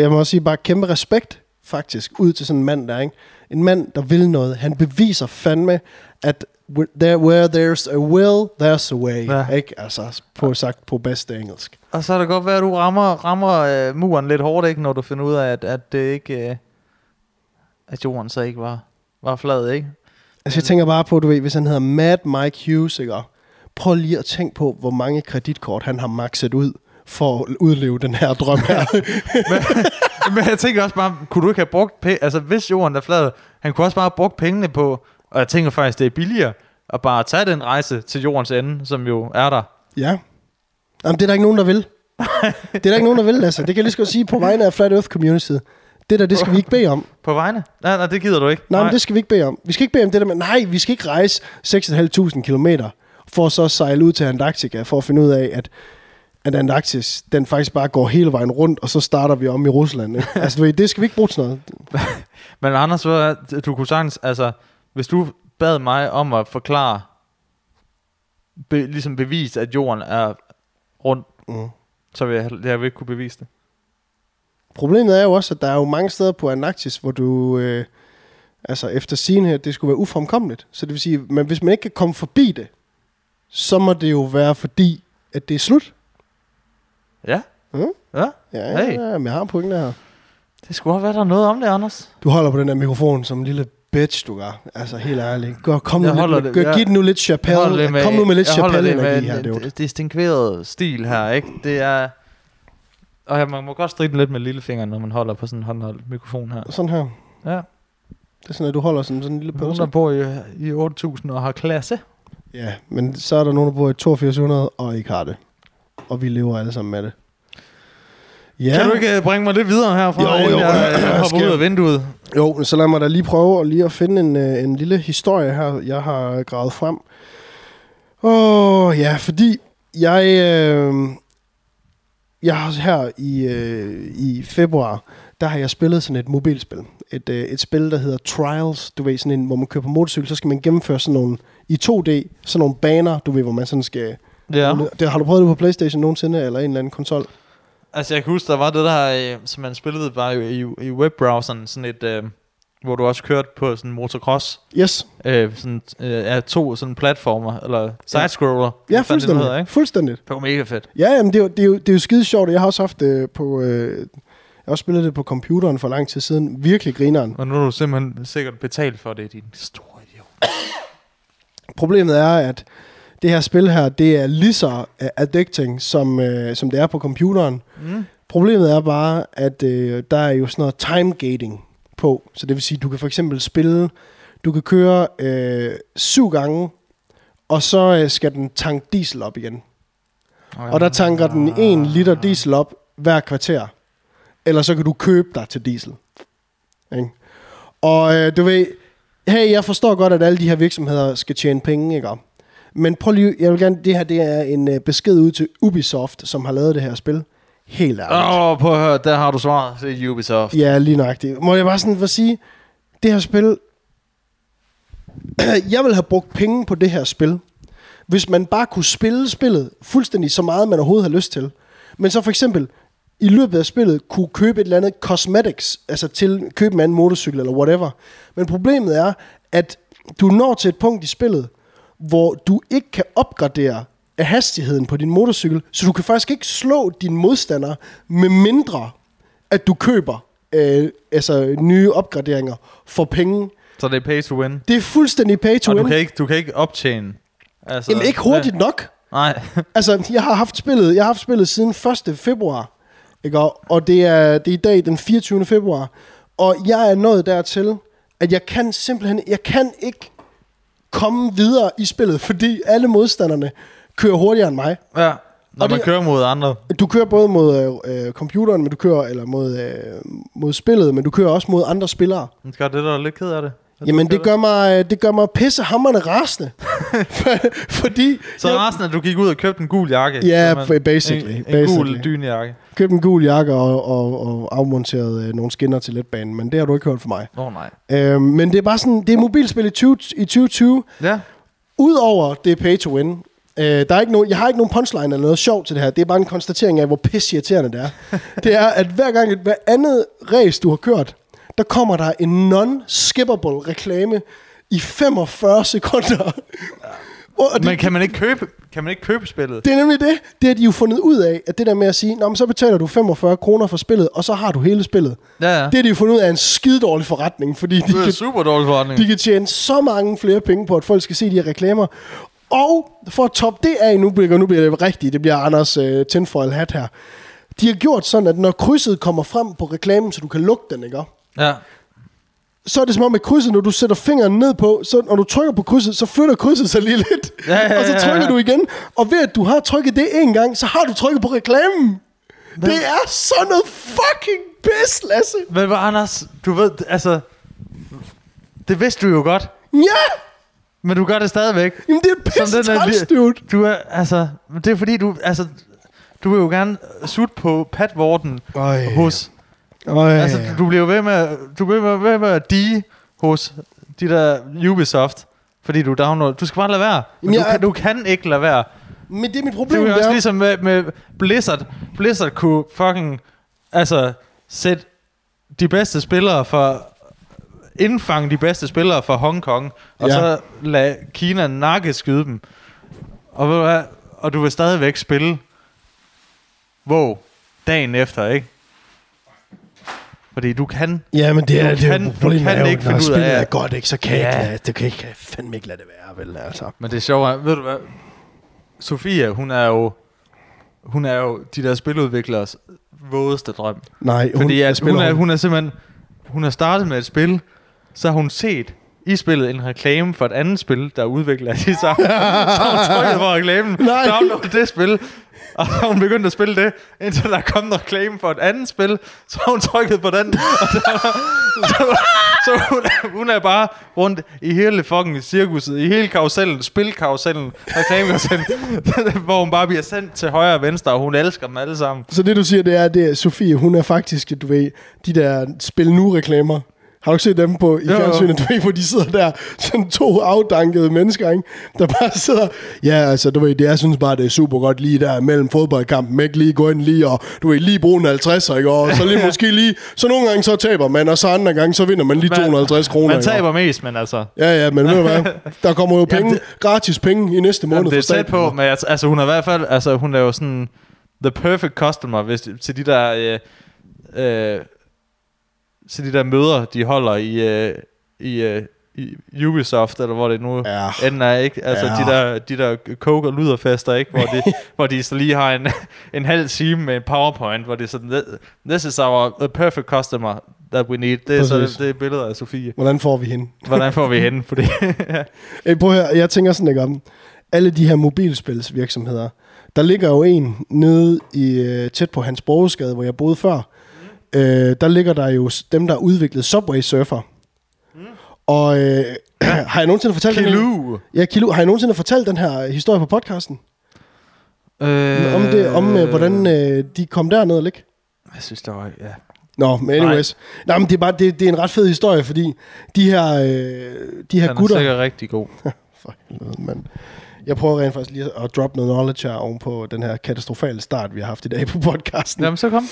Speaker 2: jeg må også sige, bare kæmpe respekt, faktisk, ud til sådan en mand der, ikke? En mand, der vil noget. Han beviser fandme, at wh- there, where there's a will, there's a way. Ja.
Speaker 3: Ja.
Speaker 2: Ikke? Altså, på sagt på bedste engelsk.
Speaker 3: Og så er det godt være, at du rammer, rammer uh, muren lidt hårdt, ikke? Når du finder ud af, at, at det ikke... Uh, at jorden så ikke var, var flad, ikke?
Speaker 2: Altså, jeg tænker bare på, du ved, hvis han hedder Mad Mike Hughes, ikke? Prøv lige at tænke på, hvor mange kreditkort han har maxet ud for at udleve den her drøm her.
Speaker 3: [laughs] Men jeg tænker også bare, kunne du ikke have brugt penge? Altså, hvis jorden er flad, han kunne også bare have brugt pengene på, og jeg tænker faktisk, det er billigere, at bare tage den rejse til jordens ende, som jo er der.
Speaker 2: ja. Jamen, det er der ikke nogen, der vil. det er der ikke nogen, der vil, altså. Det kan jeg lige så godt sige på vegne af Flat Earth Community. Det der, det skal vi ikke bede om.
Speaker 3: På vegne? Nej, nej, det gider du ikke.
Speaker 2: Nej, nej. men det skal vi ikke bede om. Vi skal ikke bede om det der med, nej, vi skal ikke rejse 6.500 km for så at sejle ud til Antarktika, for at finde ud af, at, at Antarktis, den faktisk bare går hele vejen rundt, og så starter vi om i Rusland. Ikke? altså, du ved, det skal vi ikke bruge til noget.
Speaker 3: Men Anders, ved du hvad, du kunne sagtens, altså, hvis du bad mig om at forklare, be, ligesom bevise, at jorden er rundt,
Speaker 2: Mm.
Speaker 3: så vil jeg, jeg vil ikke kunne bevise det.
Speaker 2: Problemet er jo også, at der er jo mange steder på Antarktis, hvor du... Øh, altså, efter sigende, at det skulle være ufremkommeligt. Så det vil sige, men hvis man ikke kan komme forbi det, så må det jo være fordi, at det er slut.
Speaker 3: Ja?
Speaker 2: Mm.
Speaker 3: Ja?
Speaker 2: Ja,
Speaker 3: Hey.
Speaker 2: ja, ja, men jeg har en pointe her.
Speaker 3: Det skulle også være, der er noget om det, Anders.
Speaker 2: Du holder på den der mikrofon som en lille bitch, du gør. Altså, helt ærligt. Gå, kom
Speaker 3: Jeg
Speaker 2: nu
Speaker 3: holder
Speaker 2: lidt,
Speaker 3: det-
Speaker 2: det,
Speaker 3: jeg-
Speaker 2: giv den nu lidt
Speaker 3: Jeg holder
Speaker 2: Chappelle.
Speaker 3: det
Speaker 2: kom nu med lidt
Speaker 3: jeg holder det
Speaker 2: Chappelle-energi
Speaker 3: med
Speaker 2: her,
Speaker 3: en
Speaker 2: dude.
Speaker 3: distingueret stil her, ikke? Det er... Og jeg, man må godt stride den lidt med lillefingeren, når man holder på sådan en håndholdt mikrofon her.
Speaker 2: Sådan her.
Speaker 3: Ja.
Speaker 2: Det er sådan, at du holder sådan, sådan en lille
Speaker 3: Nogen, der
Speaker 2: pølse.
Speaker 3: bor i, i 8000 og har klasse.
Speaker 2: Ja, men så er der nogen, der bor i 8200 og ikke har det. Og vi lever alle sammen med det. Ja.
Speaker 3: Kan du ikke øh, bringe mig lidt videre herfra,
Speaker 2: Jo,
Speaker 3: inden
Speaker 2: jo. [clears throat]
Speaker 3: jeg, jeg hopper ud
Speaker 2: Skal-
Speaker 3: af vinduet?
Speaker 2: Jo, så lad mig da lige prøve at, lige at finde en, øh, en lille historie her, jeg har gravet frem. Åh, oh, ja, fordi jeg, øh, jeg har her i, øh, i februar, der har jeg spillet sådan et mobilspil. Et, øh, et spil, der hedder Trials, du ved, sådan en, hvor man kører på motorcykel, så skal man gennemføre sådan nogle, i 2D, sådan nogle baner, du ved, hvor man sådan skal...
Speaker 3: Ja.
Speaker 2: Det, har du prøvet det på Playstation nogensinde, eller en eller anden konsol?
Speaker 3: Altså, jeg kan huske, der var det der, øh, som man spillede bare i, i, i webbrowseren, sådan et, øh, hvor du også kørte på sådan motocross,
Speaker 2: Yes,
Speaker 3: øh, sådan, øh, af to sådan platformer, eller sidescroller.
Speaker 2: ja,
Speaker 3: Hvad fanden det nu
Speaker 2: fuldstændig.
Speaker 3: hedder, ikke?
Speaker 2: fuldstændig.
Speaker 3: Det var mega fedt.
Speaker 2: Ja, jamen, det, er jo, det, er jo, det er jo skide sjovt. Jeg har også haft det på... Øh, jeg har også spillet det på computeren for lang tid siden. Virkelig grineren.
Speaker 3: Og nu er du simpelthen sikkert betalt for det, din store idiot.
Speaker 2: Problemet er, at det her spil her, det er lige så øh, addicting, som, øh, som det er på computeren.
Speaker 3: Mm.
Speaker 2: Problemet er bare, at øh, der er jo sådan noget time gating på. Så det vil sige, du kan for eksempel spille, du kan køre øh, syv gange, og så øh, skal den tanke diesel op igen. Og der tanker den 1 liter diesel op hver kvarter. Eller så kan du købe dig til diesel. Ikke? Og øh, du ved, hey, jeg forstår godt, at alle de her virksomheder skal tjene penge, ikke? Men prøv lige, jeg vil gerne, det her det er en øh, besked ud til Ubisoft, som har lavet det her spil. Helt ærligt.
Speaker 3: Åh, oh, prøv at høre, der har du svaret. Det er Ubisoft.
Speaker 2: Ja, lige nøjagtigt. Må jeg bare sådan for sige, det her spil... [clears throat] jeg vil have brugt penge på det her spil, hvis man bare kunne spille spillet fuldstændig så meget, man overhovedet har lyst til. Men så for eksempel, i løbet af spillet, kunne købe et eller andet cosmetics, altså til købe en anden motorcykel eller whatever. Men problemet er, at du når til et punkt i spillet, hvor du ikke kan opgradere af hastigheden på din motorcykel, så du kan faktisk ikke slå dine modstandere, med mindre at du køber øh, altså nye opgraderinger for penge.
Speaker 3: Så det er pay to win.
Speaker 2: Det er fuldstændig pay to
Speaker 3: Og
Speaker 2: win.
Speaker 3: du kan ikke, du kan ikke optjene. Altså,
Speaker 2: Jamen ikke hurtigt nok.
Speaker 3: Nej. [laughs]
Speaker 2: Altså, jeg har haft spillet, jeg har haft spillet siden 1. februar, ikke? Og, og det, er, det er i dag den 24. februar, og jeg er nået dertil, at jeg kan simpelthen, jeg kan ikke komme videre i spillet, fordi alle modstanderne kører hurtigere end mig.
Speaker 3: ja. Når
Speaker 2: Og
Speaker 3: man
Speaker 2: det-
Speaker 3: kører mod andre.
Speaker 2: Du kører både mod øh, øh, computeren, men du kører eller mod, øh, mod spillet, men du kører også mod andre spillere.
Speaker 3: Men Gør det, der er lidt ked af det. At
Speaker 2: Jamen,
Speaker 3: du
Speaker 2: det gør mig, øh, det gør mig pissehammerende
Speaker 3: [laughs]
Speaker 2: rasende. [laughs] For- fordi
Speaker 3: Så
Speaker 2: jeg
Speaker 3: resten er, at du gik ud og købte en gul jakke?
Speaker 2: Ja,
Speaker 3: simpelthen.
Speaker 2: ba- basically,
Speaker 3: En, en
Speaker 2: basically.
Speaker 3: gul dynejakke.
Speaker 2: købte en gul jakke og, og, og afmonterede øh, nogle skinner til letbanen, men det har du ikke hørt fra mig.
Speaker 3: Åh oh, nej.
Speaker 2: Øh, men det er bare sådan, det er mobilspil i, 20, i 2020.
Speaker 3: Ja.
Speaker 2: Udover det er pay to win, øh, der er ikke nogen, jeg har ikke nogen punchline eller noget sjovt til det her. Det er bare en konstatering af, hvor pisseirriterende det
Speaker 3: [laughs]
Speaker 2: er. det er, at hver gang et hver andet race, du har kørt, der kommer der en non-skippable reklame i 45 sekunder. Og det-
Speaker 3: Men kan man ikke købe, kan man ikke købe spillet?
Speaker 2: Det er nemlig det. Det har de jo fundet ud af, at det der med at sige, Nå, men så betaler du 45 kroner for spillet, og så har du hele spillet.
Speaker 3: ja, ja.
Speaker 2: Det har de jo fundet ud af er en skidedårlig forretning, fordi de
Speaker 3: Det er
Speaker 2: kan,
Speaker 3: super dårlig forretning.
Speaker 2: de kan tjene så mange flere penge på, at folk skal se de her reklamer. Og for at toppe det af, nu bliver, nu bliver det rigtigt, det bliver Anders øh, tinfoil hat her. De har gjort sådan, at når krydset kommer frem på reklamen, så du kan lukke den, ikke?
Speaker 3: Ja.
Speaker 2: så er det som om med krydset, når du sætter fingeren ned på, så når du trykker på krydset, så flytter krydset sig lige lidt.
Speaker 3: Ja, ja, ja,
Speaker 2: og så
Speaker 3: ja,
Speaker 2: trykker
Speaker 3: ja.
Speaker 2: du igen. Og ved at du har trykket det en gang, så har du trykket på reklamen. Det er sådan noget fucking pis, Lasse.
Speaker 3: Men hvor, Anders, du ved, altså... Det vidste du jo godt,
Speaker 2: Ja!
Speaker 3: men du gør det stadigvæk.
Speaker 2: Jamen, det er pisse træls, dude.
Speaker 3: Du er, altså... men Det er fordi, du... Altså, du vil jo gerne sutte på patvorten
Speaker 2: Øj.
Speaker 3: hos...
Speaker 2: Øj.
Speaker 3: Altså, du bliver jo ved med, du bliver ved med, ved med at dige hos de der Ubisoft, fordi du downloader. Du skal bare lade være. Men
Speaker 2: Jamen,
Speaker 3: du,
Speaker 2: jeg
Speaker 3: kan,
Speaker 2: er-
Speaker 3: du kan ikke lade være.
Speaker 2: Men det er mit
Speaker 3: Det
Speaker 2: problem,
Speaker 3: er jo
Speaker 2: det
Speaker 3: også
Speaker 2: er,
Speaker 3: ligesom med, med Blizzard. Blizzard kunne fucking altså, sætte de bedste spillere for indfange de bedste spillere fra Hong Kong, og
Speaker 2: Ja.
Speaker 3: ja. så lade Kina nakke skyde dem. Og, ved du hvad? og du vil stadigvæk spille wow, dagen efter, ikke? Fordi du kan.
Speaker 2: Ja, men det er,
Speaker 3: Du
Speaker 2: det er
Speaker 3: kan-
Speaker 2: jo
Speaker 3: du
Speaker 2: problemet,
Speaker 3: kan
Speaker 2: er jo,
Speaker 3: ikke
Speaker 2: når
Speaker 3: finde ud
Speaker 2: spillet
Speaker 3: af-
Speaker 2: er godt, ikke, så kan jeg,
Speaker 3: Ja.
Speaker 2: ikke lade, det kan jeg ikke, fandme ikke lade det være, vel, altså.
Speaker 3: Men det er sjovt, er- ved du hvad? Sofia, hun er jo, hun er jo de der spiludviklers vådeste drøm.
Speaker 2: Nej, hun,
Speaker 3: Fordi at hun,
Speaker 2: spiller
Speaker 3: er, hun er simpelthen... Hun har startet med et spil, så har hun set i spillet en reklame for et andet spil, der udvikler
Speaker 2: [laughs]
Speaker 3: de samme. så har hun trykket på reklamen,
Speaker 2: Nej.
Speaker 3: downloadet det spil, og så har hun begyndt at spille det, indtil der kom en reklame for et andet spil, så har hun trykket på den, og så, så, så hun, er- hun er bare rundt i hele fucking cirkuset, i hele karusellen, spilkarusellen, reklamekarusellen, [laughs] hvor hun bare bliver sendt til højre og venstre, og hun elsker dem alle sammen.
Speaker 2: Så det, du siger, det er, at det er, Sofie, hun er faktisk, du ved, de der spil nu-reklamer. Har du ikke set dem på i
Speaker 3: Jo, jo.
Speaker 2: fjernsynet, du ved, hvor de sidder der, sådan to afdankede mennesker, ikke? der bare sidder, ja, altså, du ved, det, jeg synes bare, det er super godt lige der mellem fodboldkampen, ikke lige gå ind lige, og du ved, lige bruge en 50, ikke? og så
Speaker 3: [laughs]
Speaker 2: lige måske lige, så nogle gange så taber man, og så andre gange, så vinder man lige 250 kroner.
Speaker 3: Man
Speaker 2: ikke?
Speaker 3: taber mest, men altså...
Speaker 2: Ja, ja, men ved du hvad,
Speaker 3: [laughs]
Speaker 2: der kommer jo penge,
Speaker 3: det-
Speaker 2: gratis penge i næste måned
Speaker 3: Jamen, det er
Speaker 2: fra
Speaker 3: tæt
Speaker 2: staten.
Speaker 3: på, men altså, altså, hun er i hvert fald, altså, hun er jo sådan the perfect customer hvis, til de der, øh, øh, til de der møder, de holder i, øh, i, øh, i Ubisoft, eller hvor det nu
Speaker 2: Ja.
Speaker 3: enden er, ikke? Altså
Speaker 2: Ja.
Speaker 3: de, der, de der coke- og luderfester, ikke? Hvor
Speaker 2: [laughs]
Speaker 3: de, hvor de så lige har en, en halv time med en powerpoint, hvor det er sådan, this is our the perfect customer that we need. Det er så
Speaker 2: Præcis.
Speaker 3: det, det er billedet af Sofie.
Speaker 2: Hvordan får vi hende?
Speaker 3: Hvordan får vi hende?
Speaker 2: [laughs]
Speaker 3: Fordi,
Speaker 2: Hey, Øh, prøv her, jeg tænker sådan ikke om. Alle de her mobilspilsvirksomheder, der ligger jo en nede i, øh, tæt på Hans Borgesgade, hvor jeg boede før. Øh, der ligger der jo s- dem, der har udviklet Subway Surfer. Og øh, [clears throat] har jeg nogensinde fortalt den? her-
Speaker 3: Kilou!
Speaker 2: Ja, Kilu. Har jeg nogensinde fortalt den her historie på podcasten?
Speaker 3: Øh,
Speaker 2: Øh, om det, om øh, hvordan øh, de kom derned, eller ikke?
Speaker 3: Jeg synes, der var... Ja.
Speaker 2: Nå, men anyways. Nej, men det er bare det, det er en ret fed historie, fordi de her, øh, de her
Speaker 3: Den er
Speaker 2: gutter...
Speaker 3: sikkert rigtig god.
Speaker 2: For helvede, mand. Jeg prøver rent faktisk lige at droppe noget knowledge her ovenpå den her katastrofale start, vi har haft i dag på podcasten.
Speaker 3: Jamen, så kom.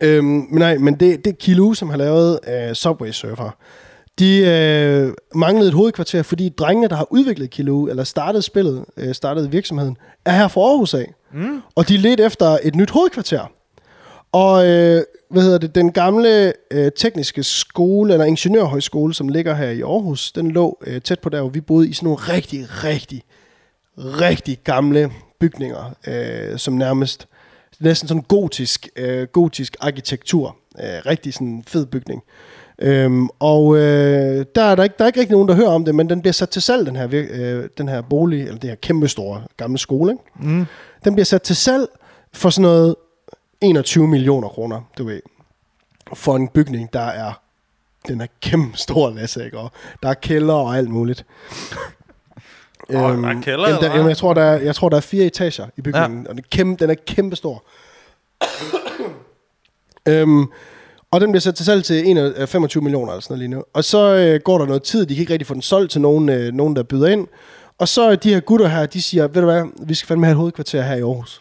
Speaker 2: Øhm, men nej, men det, det er Kilo, som har lavet øh, Subway Surfer. De øh, manglede et hovedkvarter, fordi drengene, der har udviklet Kilo, eller startet spillet, øh, startet virksomheden, er her fra Aarhus af. Mm. Og de ledte efter et nyt hovedkvarter. Og øh, hvad hedder det, den gamle øh, tekniske skole, eller ingeniørhøjskole, som ligger her i Aarhus, den lå øh, tæt på der, hvor vi boede i sådan nogle rigtig, rigtig, rigtig gamle bygninger, øh, som nærmest næsten sådan gotisk, øh, gotisk arkitektur. Øh, rigtig sådan fed bygning. Øhm, og øh, der, er der, ikke, der er ikke rigtig nogen, der hører om det, men den bliver sat til salg, den her, vir- øh, den her bolig, eller det her kæmpe store gamle skole. Ikke? Mm. Den bliver sat til salg for sådan noget 21 millioner kroner, du ved, for en bygning, der er den er kæmpe stor, Lasse, ikke? Og der er kælder og alt muligt.
Speaker 3: Åh, der er kælder,
Speaker 2: Øhm, jamen,
Speaker 3: eller
Speaker 2: der,
Speaker 3: hvad?
Speaker 2: jamen, jeg, tror, der er, jeg tror, der er fire etager i bygningen, ja. og den er, kæmpe, den er kæmpe stor. øhm, og den bliver sat til salg til en af- øh, 25 millioner eller sådan noget lige nu. Og så øh, går der noget tid, de kan ikke rigtig få den solgt til nogen, øh, nogen der byder ind. Og så øh, de her gutter her, de siger, ved du hvad, vi skal fandme have et hovedkvarter her i Aarhus.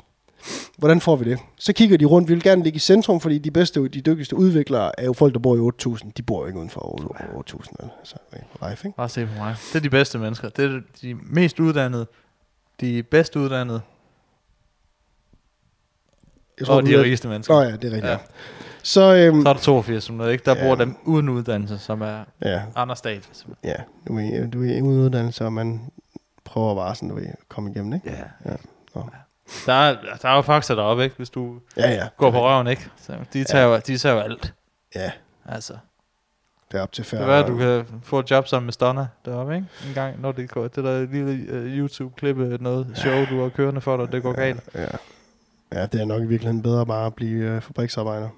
Speaker 2: Hvordan får vi det? Så kigger de rundt, vi vil gerne ligge i centrum, fordi de bedste, de dygtigste udviklere er jo folk, der bor i 8.000. De bor jo ikke uden for 8.000, vel? Altså, life, ikke?
Speaker 3: Bare se på mig. Det er de bedste mennesker. Det er de mest uddannede. De bedst uddannede. Jeg tror, og
Speaker 2: du
Speaker 3: de
Speaker 2: ved-
Speaker 3: rigeste mennesker.
Speaker 2: Nå ja, det er rigtigt. Ja.
Speaker 3: Ja.
Speaker 2: Så, øhm,
Speaker 3: Så er der 82, som der ikke der
Speaker 2: Ja.
Speaker 3: ja. bruger dem uden uddannelse, som er
Speaker 2: ja,
Speaker 3: Anders Stat. simpelthen.
Speaker 2: ja, du er, du er uden uddannelse, og man prøver bare sådan, du ved, at komme igennem, ikke?
Speaker 3: Ja.
Speaker 2: Ja. Nå.
Speaker 3: Der er, der er jo fakta deroppe, ikke? Hvis du
Speaker 2: Ja, ja.
Speaker 3: går på røven, ikke? Så de tager, ja. de tager jo alt.
Speaker 2: Ja,
Speaker 3: Altså.
Speaker 2: Det er op til færre.
Speaker 3: Det var, at du kan få et job sammen med Stonna deroppe, ikke? En gang, når det går. Det der lille øh, YouTube-klippe, noget show, du har kørende for dig, det går galt.
Speaker 2: Ja. ja, det er nok i virkeligheden bedre bare at blive øh, fabriksarbejder.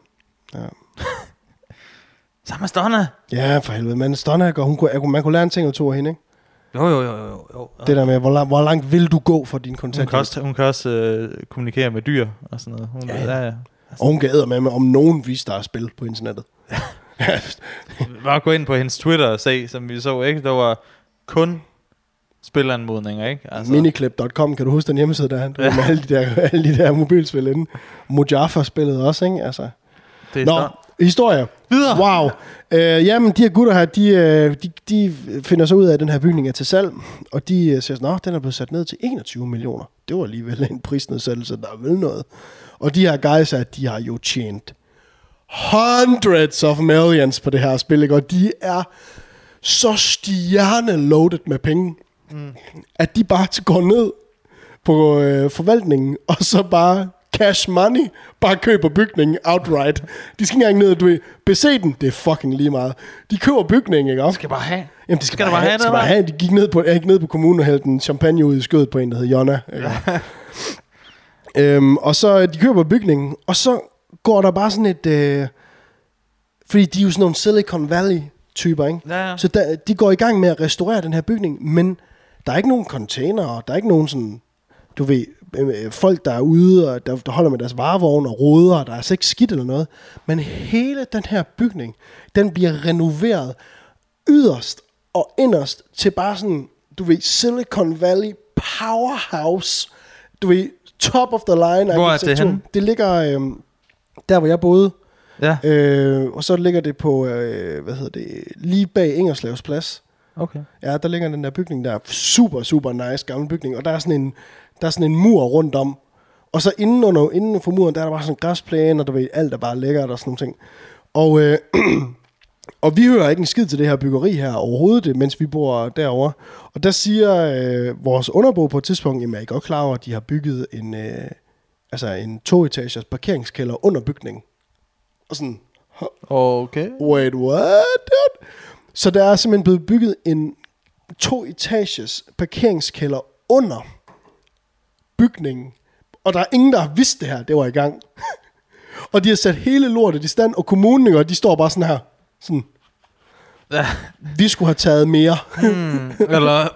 Speaker 3: Sammen med Stonna!
Speaker 2: Ja, for helvede. Men Stonak, hun kunne, jeg kunne- man kunne lære en ting eller to af hende, ikke?
Speaker 3: Jo, jo, jo, jo. jo.
Speaker 2: Ja. Det der med, hvor, lang, hvor langt vil du gå for din
Speaker 3: Hun
Speaker 2: kontant?
Speaker 3: kan også, hun kan også øh, kommunikere med dyr og sådan noget. Hun,
Speaker 2: Ja.
Speaker 3: ja, ja.
Speaker 2: Og hun gav med, om nogen viste, der er spil på internettet. [laughs]
Speaker 3: Bare gå ind på hendes Twitter og se, som vi så, ikke? Der var kun spilanmodninger, ikke?
Speaker 2: Altså. Miniclip.com, kan du huske den hjemmeside der? Du ja. med alle de der, [laughs] alle de der mobilspil inde. Mojaffa spillet også, ikke? Altså.
Speaker 3: det er
Speaker 2: Nå,
Speaker 3: Stonna.
Speaker 2: historier.
Speaker 3: Videre!
Speaker 2: Wow. Øh, jamen, de her gutter her, de, øh, de, de finder så ud af, at den her bygning er til salg, og de øh, siger sådan, at den er blevet sat ned til 21 millioner. Det var alligevel en prisnedsættelse, der er vel noget. Og de her guys, at de har jo tjent hundreds of millions på det her spil, ikke? og de er så stjerne-loaded med penge, mm. at de bare går ned på øh, forvaltningen, [laughs] og så bare cash money, bare køber bygningen outright. De skal ikke engang ned og du ved, bese den, det er fucking lige meget. De køber bygningen, ikke? også?
Speaker 3: Skal bare have.
Speaker 2: Jamen, de skal,
Speaker 3: Skal
Speaker 2: skal
Speaker 3: du
Speaker 2: bare, have, skal
Speaker 3: eller
Speaker 2: bare
Speaker 3: hvad?
Speaker 2: have, de gik ned på, jeg gik ned på kommunen og hældte en champagne ud i skødet på en, der hed Jonna. ikke? [laughs] øhm, og så, øh, de køber bygningen, og så går der bare sådan et, øh, fordi de er jo sådan nogle Silicon Valley-typer, ikke?
Speaker 3: Ja, ja.
Speaker 2: Så der, de går i gang med at restaurere den her bygning, men der er ikke nogen container, og der er ikke nogen sådan, du ved, øh, øh, folk, der er ude, og der, der holder med deres varevogn og roder, og der er altså ikke skidt eller noget. Men hele den her bygning, den bliver renoveret yderst og inderst til bare sådan, du ved, Silicon Valley powerhouse, du ved, top of the line.
Speaker 3: Hvor er det
Speaker 2: arkitektur.
Speaker 3: henne?
Speaker 2: Det ligger øh, der, hvor jeg boede.
Speaker 3: Ja,
Speaker 2: Øh, og så ligger det på, øh, hvad hedder det, lige bag Ingerslevs plads.
Speaker 3: okay.
Speaker 2: Ja, der ligger den der bygning der. Super, super nice gammel bygning. Og der er sådan en, der er sådan en mur rundt om. Og så inden, under, inden for muren, der er der bare sådan en græsplæne, og du ved, alt er bare lækkert og sådan nogle ting. Og, øh, [clears throat] og vi hører ikke en skid til det her byggeri her overhovedet, det, mens vi bor derovre. Og der siger øh, vores underbo på et tidspunkt, jamen jeg er godt klar over, at de har bygget en, øh, altså en toetagers parkeringskælder under bygningen. Og sådan,
Speaker 3: Okay.
Speaker 2: Wait, what? Dude? Så der er simpelthen blevet bygget en to etages parkeringskælder under bygningen. Og der er ingen, der har vidst det her, det var i gang. [laughs] og de har sat hele lortet i stand, og kommunen, ikke, og de står bare sådan her. Sådan,
Speaker 3: Ja.
Speaker 2: vi skulle have taget mere.
Speaker 3: Hmm. Eller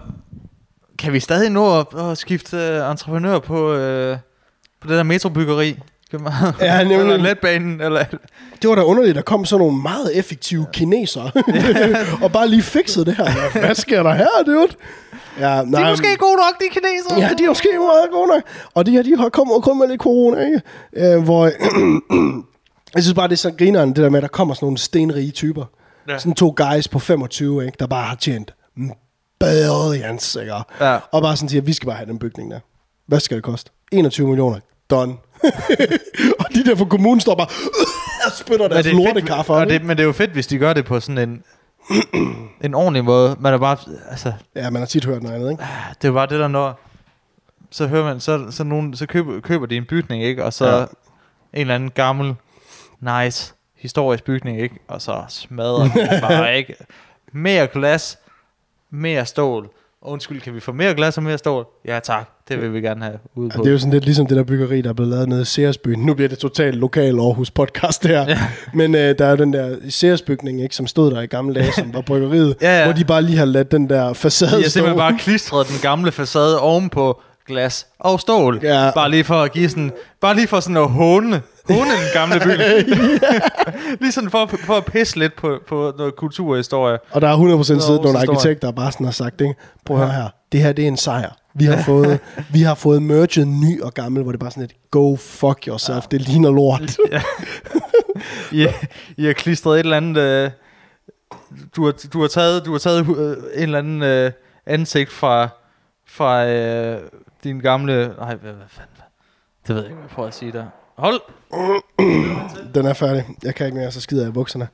Speaker 3: kan vi stadig nå at, at skifte uh, entreprenør på, uh, på det der metrobyggeri? i København?
Speaker 2: Ja, nemlig.
Speaker 3: Eller letbanen, eller...
Speaker 2: Det var da underligt, der kom sådan nogle meget effektive ja. kinesere, [laughs] og bare lige fikset det her. Hvad sker der her, dude? Ja, nej,
Speaker 3: De er måske gode nok, de kinesere!
Speaker 2: Ja, de er måske meget gode nok. Og de her, de har kommet og kommet med lidt corona, ikke? Øh, hvor, [clears throat] jeg synes bare, det er så grineren, det der med, at der kommer sådan nogle stenrige typer.
Speaker 3: Ja.
Speaker 2: Ja. Sådan to guys på 25, ikke? Der bare har tjent billions, ikke?
Speaker 3: Ja.
Speaker 2: Og bare sådan siger, vi skal bare have den bygning der. Hvad skal det koste? 21 millioner. Done. [laughs] og de der fra kommunen står bare og spytter
Speaker 3: Men
Speaker 2: deres
Speaker 3: det er fedt,
Speaker 2: lortekaffe.
Speaker 3: og
Speaker 2: op,
Speaker 3: det,
Speaker 2: ikke?
Speaker 3: men det er jo fedt, hvis de gør det på sådan
Speaker 2: [clears throat]
Speaker 3: en, en ordentlig måde. Man er bare, altså,
Speaker 2: Ja, man har tit hørt noget andet, ikke?
Speaker 3: ah, det er bare det der, når så hører man, så, så, nogen, så køber, køber de en bygning, ikke? Og så
Speaker 2: Ja.
Speaker 3: ja. en eller anden gammel, nice, historisk bygning, ikke? Og så smadrer
Speaker 2: [laughs]
Speaker 3: den bare, ikke? Mere glas, mere stål. Undskyld, kan vi få mere glas og mere stål? Ja tak, det vil vi gerne have ude
Speaker 2: Ja,
Speaker 3: på.
Speaker 2: det er jo sådan lidt ligesom det der byggeri, der er blevet lavet nede i Seersbyen. Nu bliver det totalt lokal Aarhus podcast det her. Ja. Men øh, der er jo den der Seersbygning, ikke, som stod der i gamle dage, som var bryggeriet.
Speaker 3: Ja, ja.
Speaker 2: Hvor de bare lige har ladt den der facade
Speaker 3: De har
Speaker 2: stå.
Speaker 3: simpelthen bare klistret den gamle facade ovenpå glas og stål.
Speaker 2: Ja.
Speaker 3: Bare lige for at give sådan, bare lige for sådan at håne, håne den gamle
Speaker 2: [laughs]
Speaker 3: by. [laughs] lige sådan for, for at pisse lidt på, på noget kulturhistorie.
Speaker 2: Og der er 100% siddet nogle
Speaker 3: Aarhus historie.
Speaker 2: arkitekter, der bare sådan har sagt, ikke? prøv at høre her, det her det er en sejr. Vi har fået, vi har fået merged ny og gammel, hvor det bare sådan et, go fuck yourself, ja. det ligner lort.
Speaker 3: I, I har klistret et eller andet... Øh, du, har, du, har taget, du har taget øh, en eller anden øh, ansigt fra, fra øh, din gamle... Nej, hvad, hvad fanden? hvad- Det ved jeg ikke, hvad jeg prøver at sige der. Hold!
Speaker 2: Den er færdig. Jeg kan ikke mere, så skider jeg i bukserne.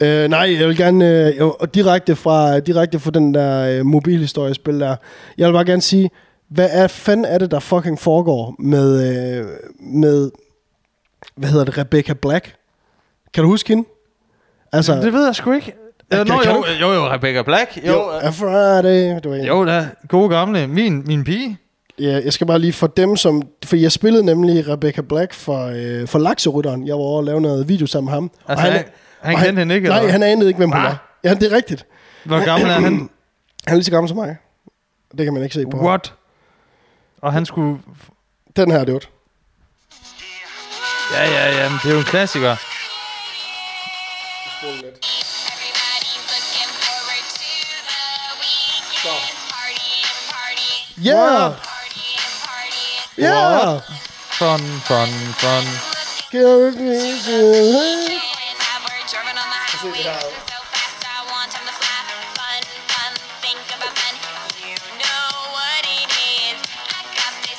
Speaker 2: Øh, nej, jeg vil gerne, øh, jo, og direkte fra, direkte fra den der øh, mobilhistoriespil der, jeg vil bare gerne sige, hvad er, fanden er det, der fucking foregår med, øh, med, hvad hedder det, Rebecca Black? Kan du huske hende? Altså,
Speaker 3: Det ved jeg sgu ikke. Ja,
Speaker 2: Kan-
Speaker 3: nå,
Speaker 2: kan
Speaker 3: jo,
Speaker 2: du-
Speaker 3: jo, jo, Rebecca Black.
Speaker 2: Jo,
Speaker 3: Jo, jo,
Speaker 2: a Friday. Du ved.
Speaker 3: jo da, gode gamle. Min, min pige.
Speaker 2: Ja, jeg skal bare lige for dem, som... For jeg spillede nemlig Rebecca Black for, øh, for Lakserytteren. Jeg var over og lave noget video sammen med ham. Og
Speaker 3: Altså, han, han,
Speaker 2: og
Speaker 3: kendte hende ikke,
Speaker 2: Nej,
Speaker 3: eller?
Speaker 2: han anede ikke, hvem hun
Speaker 3: Hva?
Speaker 2: var. Ja, det er rigtigt.
Speaker 3: Hvor gammel er han?
Speaker 2: Han er lige så gammel som mig. Det kan man ikke se på. ham.
Speaker 3: What? Og han skulle...
Speaker 2: Den her, det var
Speaker 3: Ja, ja, ja, men det er jo en klassiker.
Speaker 2: Yeah! Yeah!
Speaker 3: Fun, fun, fun.
Speaker 2: Give me some-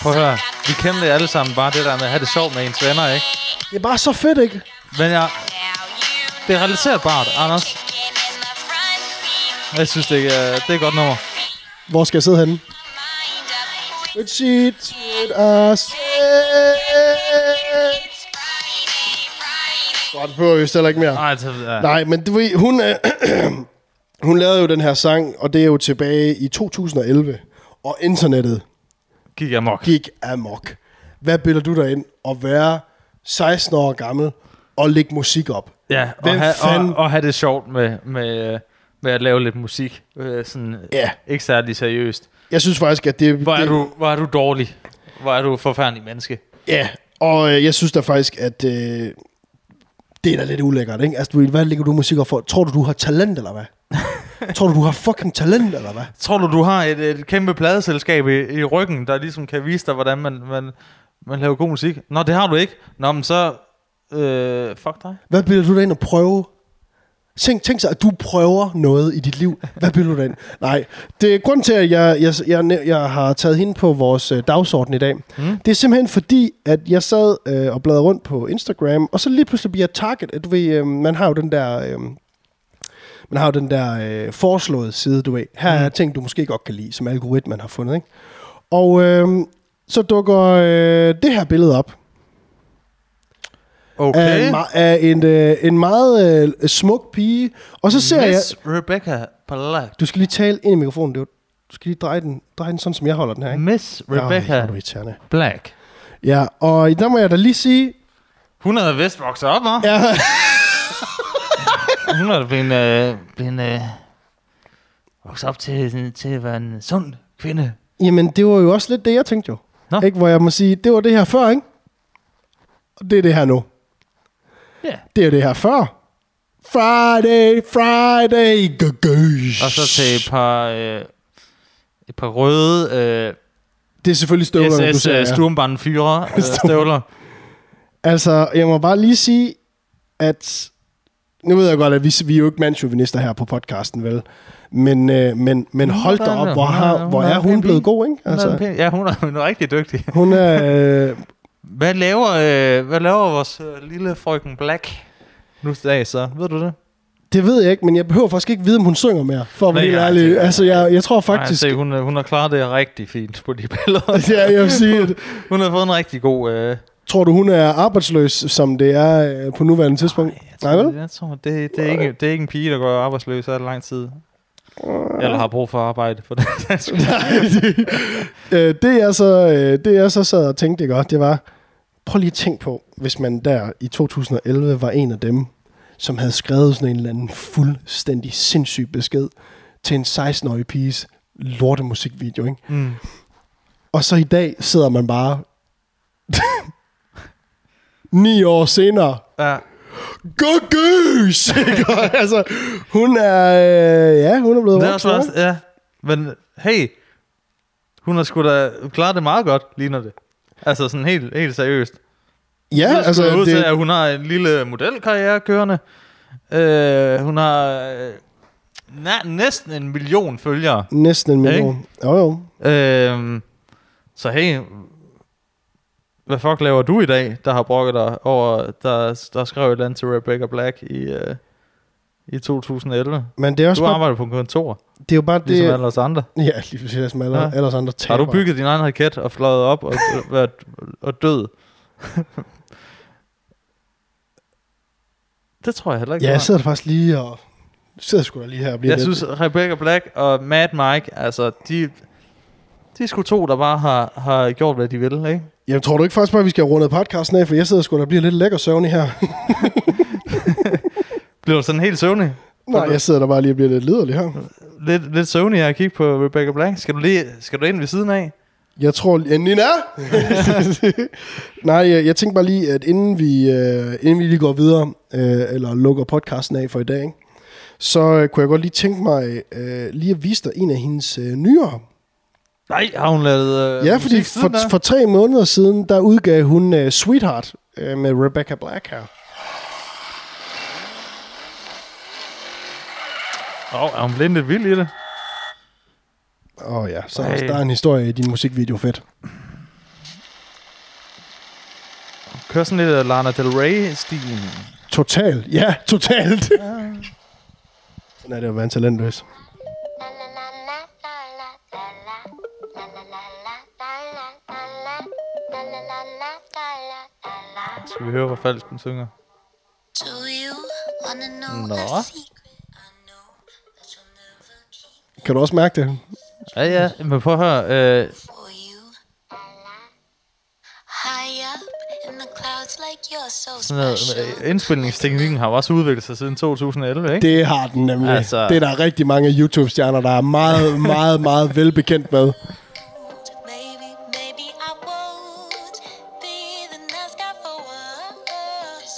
Speaker 3: Prøv at høre. Vi kender det alle sammen bare det der med at have det sjovt med ens venner, ikke?
Speaker 2: Det er bare så fedt, ikke?
Speaker 3: Men jeg, det er relaterbart, Anders. Jeg synes, det er, det er et godt nummer.
Speaker 2: Hvor skal jeg sidde henne? Good shit, good ass. Godt, behøver vi heller ikke mere.
Speaker 3: Nej, det er...
Speaker 2: Nej, men du ved, hun, øh, [clears throat] hun lavede jo den her sang, og det er jo tilbage i 2011. Og internettet
Speaker 3: Gik jeg mok.
Speaker 2: gik amok. Hvad bilder du dig ind at være 16 år gammel og lægge musik op?
Speaker 3: Ja, og,
Speaker 2: Hvem
Speaker 3: ha,
Speaker 2: fanden-
Speaker 3: og, og have det sjovt med, med, øh, med at lave lidt musik. Øh, sådan,
Speaker 2: Ja.
Speaker 3: Ikke særlig seriøst.
Speaker 2: Jeg synes faktisk, at det...
Speaker 3: Hvor er,
Speaker 2: det,
Speaker 3: du, hvor er du dårlig. Hvor er du forfærdelig menneske.
Speaker 2: Ja, og øh, jeg synes da faktisk, at øh, det er da lidt ulækkert, ikke? Altså, du ved, hvad ligger du musik op for? Tror du, du har talent, eller hvad? Tror du, du har fucking talent, eller hvad?
Speaker 3: Tror du, du har et, et kæmpe pladeselskab i, i ryggen, der ligesom kan vise dig, hvordan man, man, man laver god musik? Nå, det har du ikke. Nå, men så... Øh, fuck dig.
Speaker 2: Hvad bilder du dig ind at prøve? Tænk, tænk så, at du prøver noget i dit liv. Hvad bilder du dig ind? Nej, det er grunden til, at jeg, jeg, jeg, næ- jeg har taget hende på vores øh, dagsorden i dag. Mm. Det er simpelthen fordi, at jeg sad øh, og bladrede rundt på Instagram, og så lige pludselig bliver jeg target. at Du ved, øh, man har jo den der... Øh, man har jo den der øh, foreslåede side, du ved. Her er ting, du måske godt kan lide, som algoritmen har fundet, ikke? Og øh, så dukker øh, det her billede op af,
Speaker 3: Okay.
Speaker 2: en, me- af en, øh, en meget øh, smuk pige. Og så ser jeg...
Speaker 3: Miss Rebecca Black.
Speaker 2: Du skal lige tale ind i mikrofonen, det er jo- Du skal lige dreje den, dreje den sådan, som jeg holder den her, ikke?
Speaker 3: Miss
Speaker 2: Ej, hvor er
Speaker 3: Mm, Rebecca
Speaker 2: du irriterende.
Speaker 3: Black.
Speaker 2: Ja, og der må jeg da lige sige...
Speaker 3: Hun havde vist vokset op, hva'?
Speaker 2: Ja,
Speaker 3: [laughs] Hun er blevet, øh, blevet øh, vokset op til, til at være en sund kvinde.
Speaker 2: jamen, det var jo også lidt det, jeg tænkte jo.
Speaker 3: Nå.
Speaker 2: Ikke, hvor jeg må sige, det var det her før, ikke? Og det er det her nu.
Speaker 3: Ja.
Speaker 2: Det er det her før. Friday, Friday,
Speaker 3: Og så til et par, øh, et par røde øh,
Speaker 2: Det er selvfølgelig støvlerne, du
Speaker 3: SS
Speaker 2: ser.
Speaker 3: øh,
Speaker 2: ja. [laughs]
Speaker 3: sturmbandfyrer øh, støvler.
Speaker 2: Altså, jeg må bare lige sige, at... Nu ved jeg godt, at vi, vi er jo ikke mandsjuvenister her på podcasten, vel? Men, øh, men, men hold da op, hvor, har, hvor er hun blevet god, ikke?
Speaker 3: Altså.
Speaker 2: Altså,
Speaker 3: Ja, hun er, hun er rigtig dygtig.
Speaker 2: hun er... Øh,
Speaker 3: Hvad laver, øh, hvad laver vores øh, lille frøken Black nu til dag, så? Ved du det?
Speaker 2: det ved jeg ikke, men jeg behøver faktisk ikke vide, om hun synger mere, for at være
Speaker 3: Nej,
Speaker 2: helt
Speaker 3: nej,
Speaker 2: ærlig.
Speaker 3: det-
Speaker 2: Altså, jeg, jeg tror
Speaker 3: Nej,
Speaker 2: faktisk...
Speaker 3: se, hun, øh, hun har klaret det rigtig fint på de [laughs] billeder.
Speaker 2: [laughs] Ja, jeg vil sige, at,
Speaker 3: Hun har fået en rigtig god... Øh,
Speaker 2: tror du, hun er arbejdsløs, som det er øh, på nuværende tidspunkt? Nej,
Speaker 3: Jeg tror,
Speaker 2: vel?
Speaker 3: jeg tror det, det, er ikke, det er ikke en pige, der går arbejdsløs af lang tid. Eller har brug for arbejde for den
Speaker 2: [laughs]
Speaker 3: sags skyld.
Speaker 2: øh, det, jeg så, øh, det jeg så sad og tænkte godt, det var, prøv lige at tænke på, hvis man der i 2011 var en af dem, som havde skrevet sådan en eller anden fuldstændig sindssyg besked til en 16-årig piges lortemusikvideo, ikke?
Speaker 3: Mm.
Speaker 2: Og så i dag sidder man bare [laughs] ni år senere.
Speaker 3: Ja.
Speaker 2: Go goose! [laughs] Ikke? Og altså, hun er, øh, ja, hun er blevet
Speaker 3: Det er
Speaker 2: voksen,
Speaker 3: også,
Speaker 2: ikke?
Speaker 3: også, ja. Men hey, hun har sgu da klaret det meget godt, ligner det. Altså sådan helt, helt seriøst.
Speaker 2: Ja,
Speaker 3: Ja, altså,
Speaker 2: altså,
Speaker 3: ud det... til,
Speaker 2: det,
Speaker 3: at hun har en lille modelkarriere kørende. Øh, hun har øh, na- næsten en million følgere.
Speaker 2: næsten en
Speaker 3: Ja, ikke?
Speaker 2: million. Jo, jo.
Speaker 3: Øh, så hey, hvad fuck laver du i dag, der har brokket dig over, der, der skrev et eller andet til Rebecca Black i, øh, i 2011?
Speaker 2: Men det er også
Speaker 3: Du
Speaker 2: bare,
Speaker 3: arbejder på en kontor,
Speaker 2: det er jo bare
Speaker 3: ligesom
Speaker 2: det...
Speaker 3: alle os andre.
Speaker 2: Ja, lige præcis, som alle,
Speaker 3: Ja.
Speaker 2: ja. alle os andre taber.
Speaker 3: Har du bygget din egen raket og fløjet op og, [laughs] og, været, og død? det tror jeg heller ikke.
Speaker 2: Ja,
Speaker 3: du har.
Speaker 2: jeg sidder der faktisk lige og sidder sgu da lige her og bliver
Speaker 3: Jeg
Speaker 2: lidt-
Speaker 3: synes, Rebecca Black og Mad Mike, altså, de, de er sgu to, der bare har, har gjort, hvad de vil, ikke?
Speaker 2: Jamen, tror du ikke faktisk bare, at vi skal have rundet podcasten af, for jeg sidder sgu da og bliver lidt lækker søvnig
Speaker 3: [laughs]
Speaker 2: her.
Speaker 3: Bliver du sådan helt søvnig?
Speaker 2: Nej, jeg sidder der bare lige og bliver lidt liderlig her.
Speaker 3: Lidt, lidt søvnig at kigge på Rebecca Black. Skal du, lige, skal du ind ved siden af?
Speaker 2: Jeg tror... Ja, Nina!
Speaker 3: [laughs]
Speaker 2: Nej, jeg, jeg tænkte bare lige, at inden vi, øh, inden vi lige går videre, øh, eller lukker podcasten af for i dag, ikke, så øh, kunne jeg godt lige tænke mig øh, lige at vise dig en af hendes øh, nyere.
Speaker 3: Nej, har hun lavet øh,
Speaker 2: ja, fordi
Speaker 3: musik siden
Speaker 2: for,
Speaker 3: da?
Speaker 2: for tre måneder siden, der udgav hun øh, Sweetheart øh, med Rebecca Black her.
Speaker 3: Åh, oh, er hun blevet lidt vild i det?
Speaker 2: Åh oh, ja, så
Speaker 3: Ej.
Speaker 2: der er en historie i din musikvideo, fedt.
Speaker 3: Kører sådan lidt af Lana Del Rey-stilen.
Speaker 2: Totalt. Ja, totalt. Sådan er det at være en talentløs.
Speaker 3: Skal vi høre, hvor falsk hun synger?
Speaker 5: Do you wanna know
Speaker 3: Nå.
Speaker 5: a secret? I know that you'll never keep
Speaker 2: Kan du også mærke det?
Speaker 3: Ja, ja, men prøv at høre. Øh,
Speaker 5: for you. High up in the clouds, like you're so
Speaker 3: sådan noget,
Speaker 5: special.
Speaker 3: øh, indspilningsteknikken har jo også udviklet sig siden 2011, ikke?
Speaker 2: Det har den nemlig.
Speaker 3: Altså-
Speaker 2: Altså... Det er der rigtig mange YouTube-stjerner, der er
Speaker 3: [laughs]
Speaker 2: meget, meget, meget velbekendt med.
Speaker 5: Maybe, maybe I won't be the nice guy for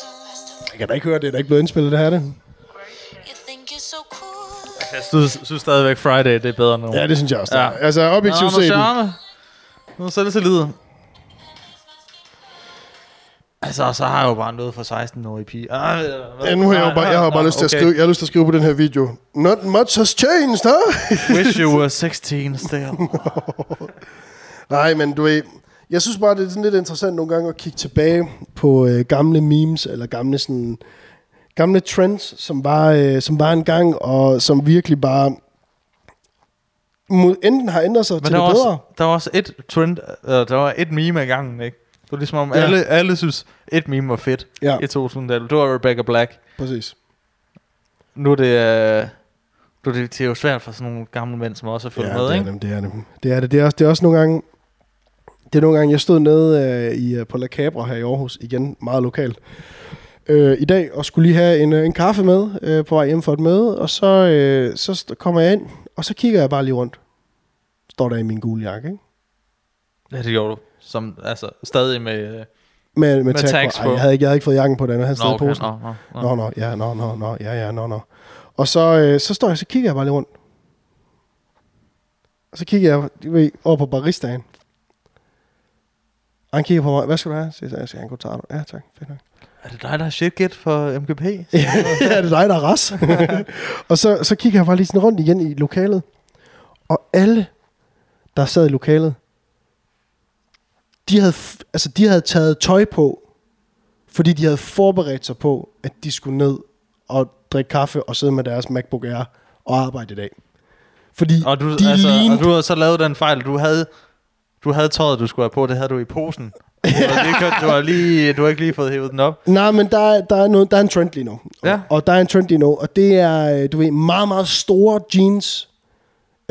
Speaker 5: once.
Speaker 2: Jeg kan da ikke høre, det er da ikke blevet indspillet, det her, er det?
Speaker 5: You think you're so cool.
Speaker 3: Jeg synes, synes stadigvæk Friday, det er bedre nu.
Speaker 2: Ja, det synes jeg også.
Speaker 3: Ja.
Speaker 2: Ja. Altså, objektivt
Speaker 3: Nå,
Speaker 2: set.
Speaker 3: charme. Nu er selvtillid. Altså, så har jeg jo bare noget for 16-årige pige. Ah,
Speaker 2: Ja, nu har jeg, jo bare, jeg har bare lyst til at skrive, jeg har lyst til at skrive på den her video. Not much has changed, huh?
Speaker 3: Wish you
Speaker 2: [laughs]
Speaker 3: were 16 still.
Speaker 2: Nej, men du ved, jeg synes bare, det er sådan lidt interessant nogle gange at kigge tilbage på øh, gamle memes, eller gamle sådan, gamle trends, som var, øh, som var engang, og som virkelig bare må, enten har ændret sig
Speaker 3: Men
Speaker 2: til
Speaker 3: der
Speaker 2: det
Speaker 3: var,
Speaker 2: bedre.
Speaker 3: også, der var også et trend, øh, der var et meme ad gangen, ikke? Det var ligesom om,
Speaker 2: Ja.
Speaker 3: ja. alle, alle synes, et meme var fedt
Speaker 2: Ja.
Speaker 3: i 2011. Det var Rebecca Black.
Speaker 2: Præcis.
Speaker 3: Nu er det... Øh, nu er det, det er jo svært for sådan nogle gamle mænd, som også har fulgt
Speaker 2: ja,
Speaker 3: ja, med,
Speaker 2: det
Speaker 3: ikke?
Speaker 2: Er det, det er det. Det er det. Det er også, det er også nogle gange... Det er nogle gange, jeg stod nede øh, i, øh, på La Cabra her i Aarhus, igen meget lokalt, øh, i dag, og skulle lige have en, øh, en kaffe med øh, på vej hjem for et møde, og så, øh, så st- kommer jeg ind, og så kigger jeg bare lige rundt. Står der i min gule jakke, ikke?
Speaker 3: Ja, det gjorde du. Som, altså, stadig med... Øh,
Speaker 2: Med, med, med
Speaker 3: tags
Speaker 2: tag, på.
Speaker 3: på.
Speaker 2: Ej, jeg, havde ikke, jeg havde ikke fået jakken på, den havde
Speaker 3: nå,
Speaker 2: stadig
Speaker 3: okay,
Speaker 2: posen.
Speaker 3: nå, nå,
Speaker 2: Nå,
Speaker 3: nå.
Speaker 2: nå, ja, nå, nå, nå, ja, ja, nå, nå. Og så, øh, så står jeg, så kigger jeg bare lige rundt. Og så kigger jeg du ved, over på baristaen. Og han kigger på mig, hvad skal du have? Så siger jeg, jeg skal have en cortado. Ja, tak, fedt nok.
Speaker 3: Er det dig, der er shitgit for MGP?
Speaker 2: [laughs] ja, det er dig, der er ras. [laughs] og så, så kigger jeg bare lige sådan rundt igen i lokalet. Og alle, der sad i lokalet, de havde, f- altså, de havde taget tøj på, fordi de havde forberedt sig på, at de skulle ned og drikke kaffe og sidde med deres MacBook Air og arbejde i dag. Fordi
Speaker 3: Og du,
Speaker 2: de
Speaker 3: altså,
Speaker 2: lignede...
Speaker 3: og du har så lavet den fejl, du havde, du havde tøjet, du skulle have på, det havde du i
Speaker 2: [laughs]
Speaker 3: posen. Du har, lige, kørt- du har, lige, du har ikke lige fået hævet den op.
Speaker 2: Nej, men der, er- der, er noget, der er en trend lige nu.
Speaker 3: Ja.
Speaker 2: Og, og der er en trend lige nu, og det er, øh, du ved, meget, meget store jeans.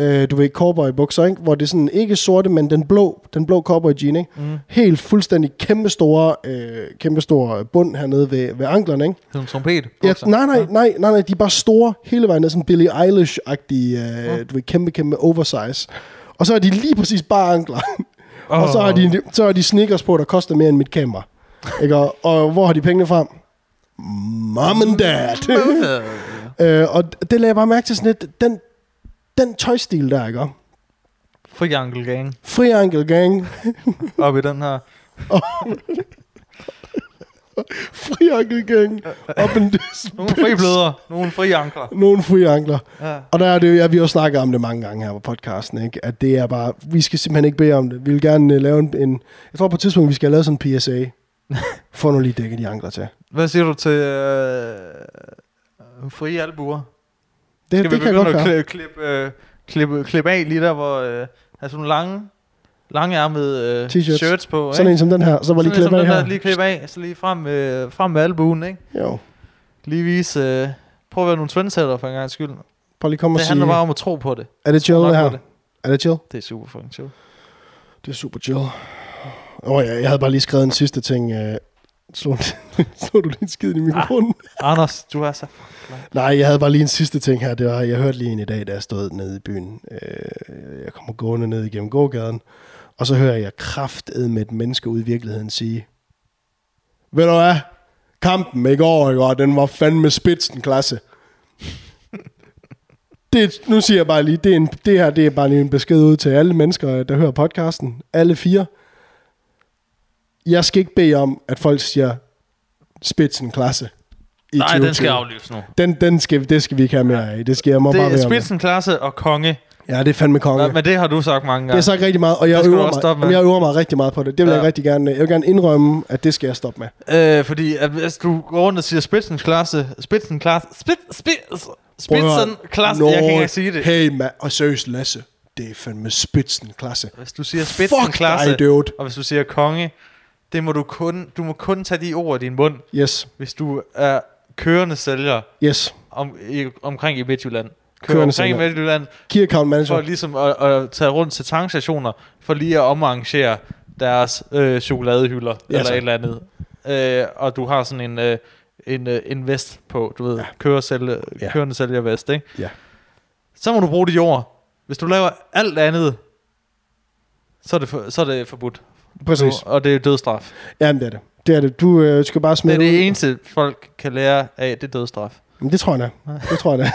Speaker 2: Øh, du ved, cowboy bukser, ikke? Hvor det er sådan, ikke sorte, men den blå, den blå cowboy jean, ikke? Mm. Helt fuldstændig kæmpestore, øh, kæmpestore bund hernede ved, ved anklerne, ikke?
Speaker 3: Som trompet.
Speaker 2: Ja, nej, nej, nej, nej, nej, de er bare store hele vejen ned, sådan Billie Eilish-agtige, øh, du ved, kæmpe, kæmpe oversize. Og så er de lige præcis bare ankler. [laughs] Oh. Og så har, de, så har de sneakers på, der koster mere end mit kamera. Ikke? Og, og hvor har de pengene fra? Mom and dad. [laughs] øh, og det lagde jeg bare mærke til sådan lidt, den, den tøjstil der, ikke?
Speaker 3: For Jankel Gang.
Speaker 2: Fri Ankel Gang. [laughs]
Speaker 3: Op i den her.
Speaker 2: Fri Ankel Gang. Op [laughs] en
Speaker 3: Nogle fri bløder. Nogle fri ankler.
Speaker 2: Nogle fri ankler.
Speaker 3: Ja.
Speaker 2: Og der er det, jo- ja, vi har jo snakket om det mange gange her på podcasten, ikke? at det er bare, vi skal simpelthen ikke bede om det. Vi vil gerne uh, lave en, en, jeg tror på et tidspunkt, vi skal have lavet sådan en
Speaker 3: [laughs]
Speaker 2: PSA. Få nu lige dækket de ankler til.
Speaker 3: Hvad siger du til øh, fri albuer?
Speaker 2: Det,
Speaker 3: Skal
Speaker 2: det
Speaker 3: vi
Speaker 2: kan jeg godt
Speaker 3: begynde
Speaker 2: gøre.
Speaker 3: at kli- klippe, øh, klippe, klippe af lige der, hvor øh, har sådan nogle lange, langærmede øh,
Speaker 2: T-shirts.
Speaker 3: shirts på,
Speaker 2: Sådan
Speaker 3: ikke?
Speaker 2: en som den her, så var lige
Speaker 3: Sådan
Speaker 2: klippet
Speaker 3: en som
Speaker 2: af
Speaker 3: den
Speaker 2: her.
Speaker 3: Der, lige klippe af, så lige frem, øh, frem med albuen, ikke?
Speaker 2: Jo.
Speaker 3: Lige vise, øh, Prøv at være nogle trendsetter for en gang skyld.
Speaker 2: Bare lige kom og
Speaker 3: Det handler
Speaker 2: sige,
Speaker 3: bare om at tro på det.
Speaker 2: er det chill
Speaker 3: Nok
Speaker 2: det
Speaker 3: var
Speaker 2: her?
Speaker 3: det.
Speaker 2: Er det chill?
Speaker 3: Det er super fucking chill.
Speaker 2: Det er super chill. Åh oh, ja, jeg havde bare lige skrevet en sidste ting. Øh, slog, [laughs] slog du lige en skid i
Speaker 3: Ah.
Speaker 2: mikrofonen?
Speaker 3: Anders, du er så...
Speaker 2: Nej, jeg havde bare lige en sidste ting her. Det var, jeg hørte lige en i dag, da jeg stod nede i byen. Øh, jeg kommer gående ned igennem gågaden, og så hører jeg kraftet med et menneske ude i virkeligheden sige, ved du hvad, kampen i går, ikke? Og den var fandme spidsen klasse. [laughs] Det, nu siger jeg bare lige, det, er en, det her det er bare lige en besked ud til alle mennesker, der hører podcasten. Alle fire. Jeg skal ikke bede om, at folk siger spidsen klasse. i 2020.
Speaker 3: aflyses nu.
Speaker 2: Den, den skal, det skal vi ikke have mere af. Det skal jeg må
Speaker 3: Det
Speaker 2: bare
Speaker 3: er
Speaker 2: være med.
Speaker 3: spidsenklasse og konge.
Speaker 2: Ja, det er fandme konge.
Speaker 3: Okay. Men det har du sagt mange
Speaker 2: Det
Speaker 3: gange.
Speaker 2: er sagt rigtig meget, og jeg
Speaker 3: Det skal du
Speaker 2: øver,
Speaker 3: også
Speaker 2: mig,
Speaker 3: stoppe med.
Speaker 2: Jamen, jeg øver mig rigtig meget på det. Det vil
Speaker 3: Ja.
Speaker 2: jeg rigtig gerne. øh, Jeg vil gerne indrømme, at det skal jeg stoppe med.
Speaker 3: Øh, fordi at hvis du går rundt og siger spidsenklasse, spidsenklasse, spid, spid,
Speaker 2: Prøv at høre.
Speaker 3: spidsenklasse, jeg kan ikke
Speaker 2: Nå,
Speaker 3: engang sige det.
Speaker 2: Hey, man. Og seriøst, Lasse. Det er fandme spidsen klasse.
Speaker 3: Hvis du siger spidsenklasse,
Speaker 2: dig, dude.
Speaker 3: og hvis du siger konge, det må du kun, du må kun tage de ord i din mund,
Speaker 2: Yes,
Speaker 3: hvis du er kørende sælger
Speaker 2: yes.
Speaker 3: om, i, omkring i Midtjylland. Kører
Speaker 2: Kørende
Speaker 3: omkring i
Speaker 2: sælger. Altså-
Speaker 3: Midtjylland,
Speaker 2: Key account
Speaker 3: for
Speaker 2: manager.
Speaker 3: ligesom at, at tage rundt til tankstationer, for lige at omarrangere deres øh, chokoladehylder, ja, eller
Speaker 2: tak.
Speaker 3: et eller andet. Øh, og du har sådan en, øh, en, øh, en vest på, du ved, ja. kører sælge,
Speaker 2: Ja.
Speaker 3: kørende sælger vest, ikke?
Speaker 2: Ja.
Speaker 3: Så må du bruge de ord. Hvis du laver alt andet, så er det, for, så er det forbudt.
Speaker 2: Præcis.
Speaker 3: Du, og det er dødstraf.
Speaker 2: Jamen, det er det. Det er det. Du øh, skal bare
Speaker 3: Det er
Speaker 2: smide
Speaker 3: det
Speaker 2: ud.
Speaker 3: eneste, folk kan lære af, det er dødstraf.
Speaker 2: Men det tror jeg da. Det
Speaker 3: [laughs]
Speaker 2: tror jeg da.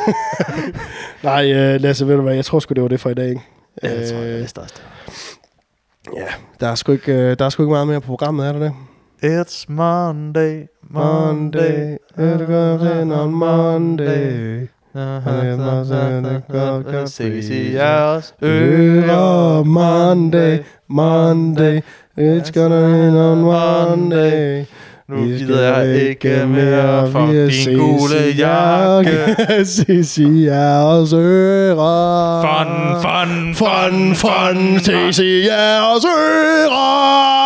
Speaker 2: [laughs] Nej, øh, Lasse, ved du hvad? Jeg tror sgu, det var det for i dag, ikke?
Speaker 3: Ja, det tror jeg, det er
Speaker 2: Øh,
Speaker 3: det største.
Speaker 2: ja, der er, sgu ikke, øh, der er sgu ikke meget mere på programmet, er der det?
Speaker 3: It's Monday, Monday.
Speaker 2: Monday, it goes in on Monday.
Speaker 3: Ses i jeres
Speaker 2: Ører Monday, Monday, it's gonna in on Monday.
Speaker 3: Nu gider jeg ikke mere for
Speaker 2: vi
Speaker 3: din
Speaker 2: ses
Speaker 3: gule
Speaker 2: i
Speaker 3: jakke.
Speaker 2: jakke. [laughs] Ses i jeres ører.
Speaker 3: Fun, fun,
Speaker 2: fun, fun, ses i jeres ører.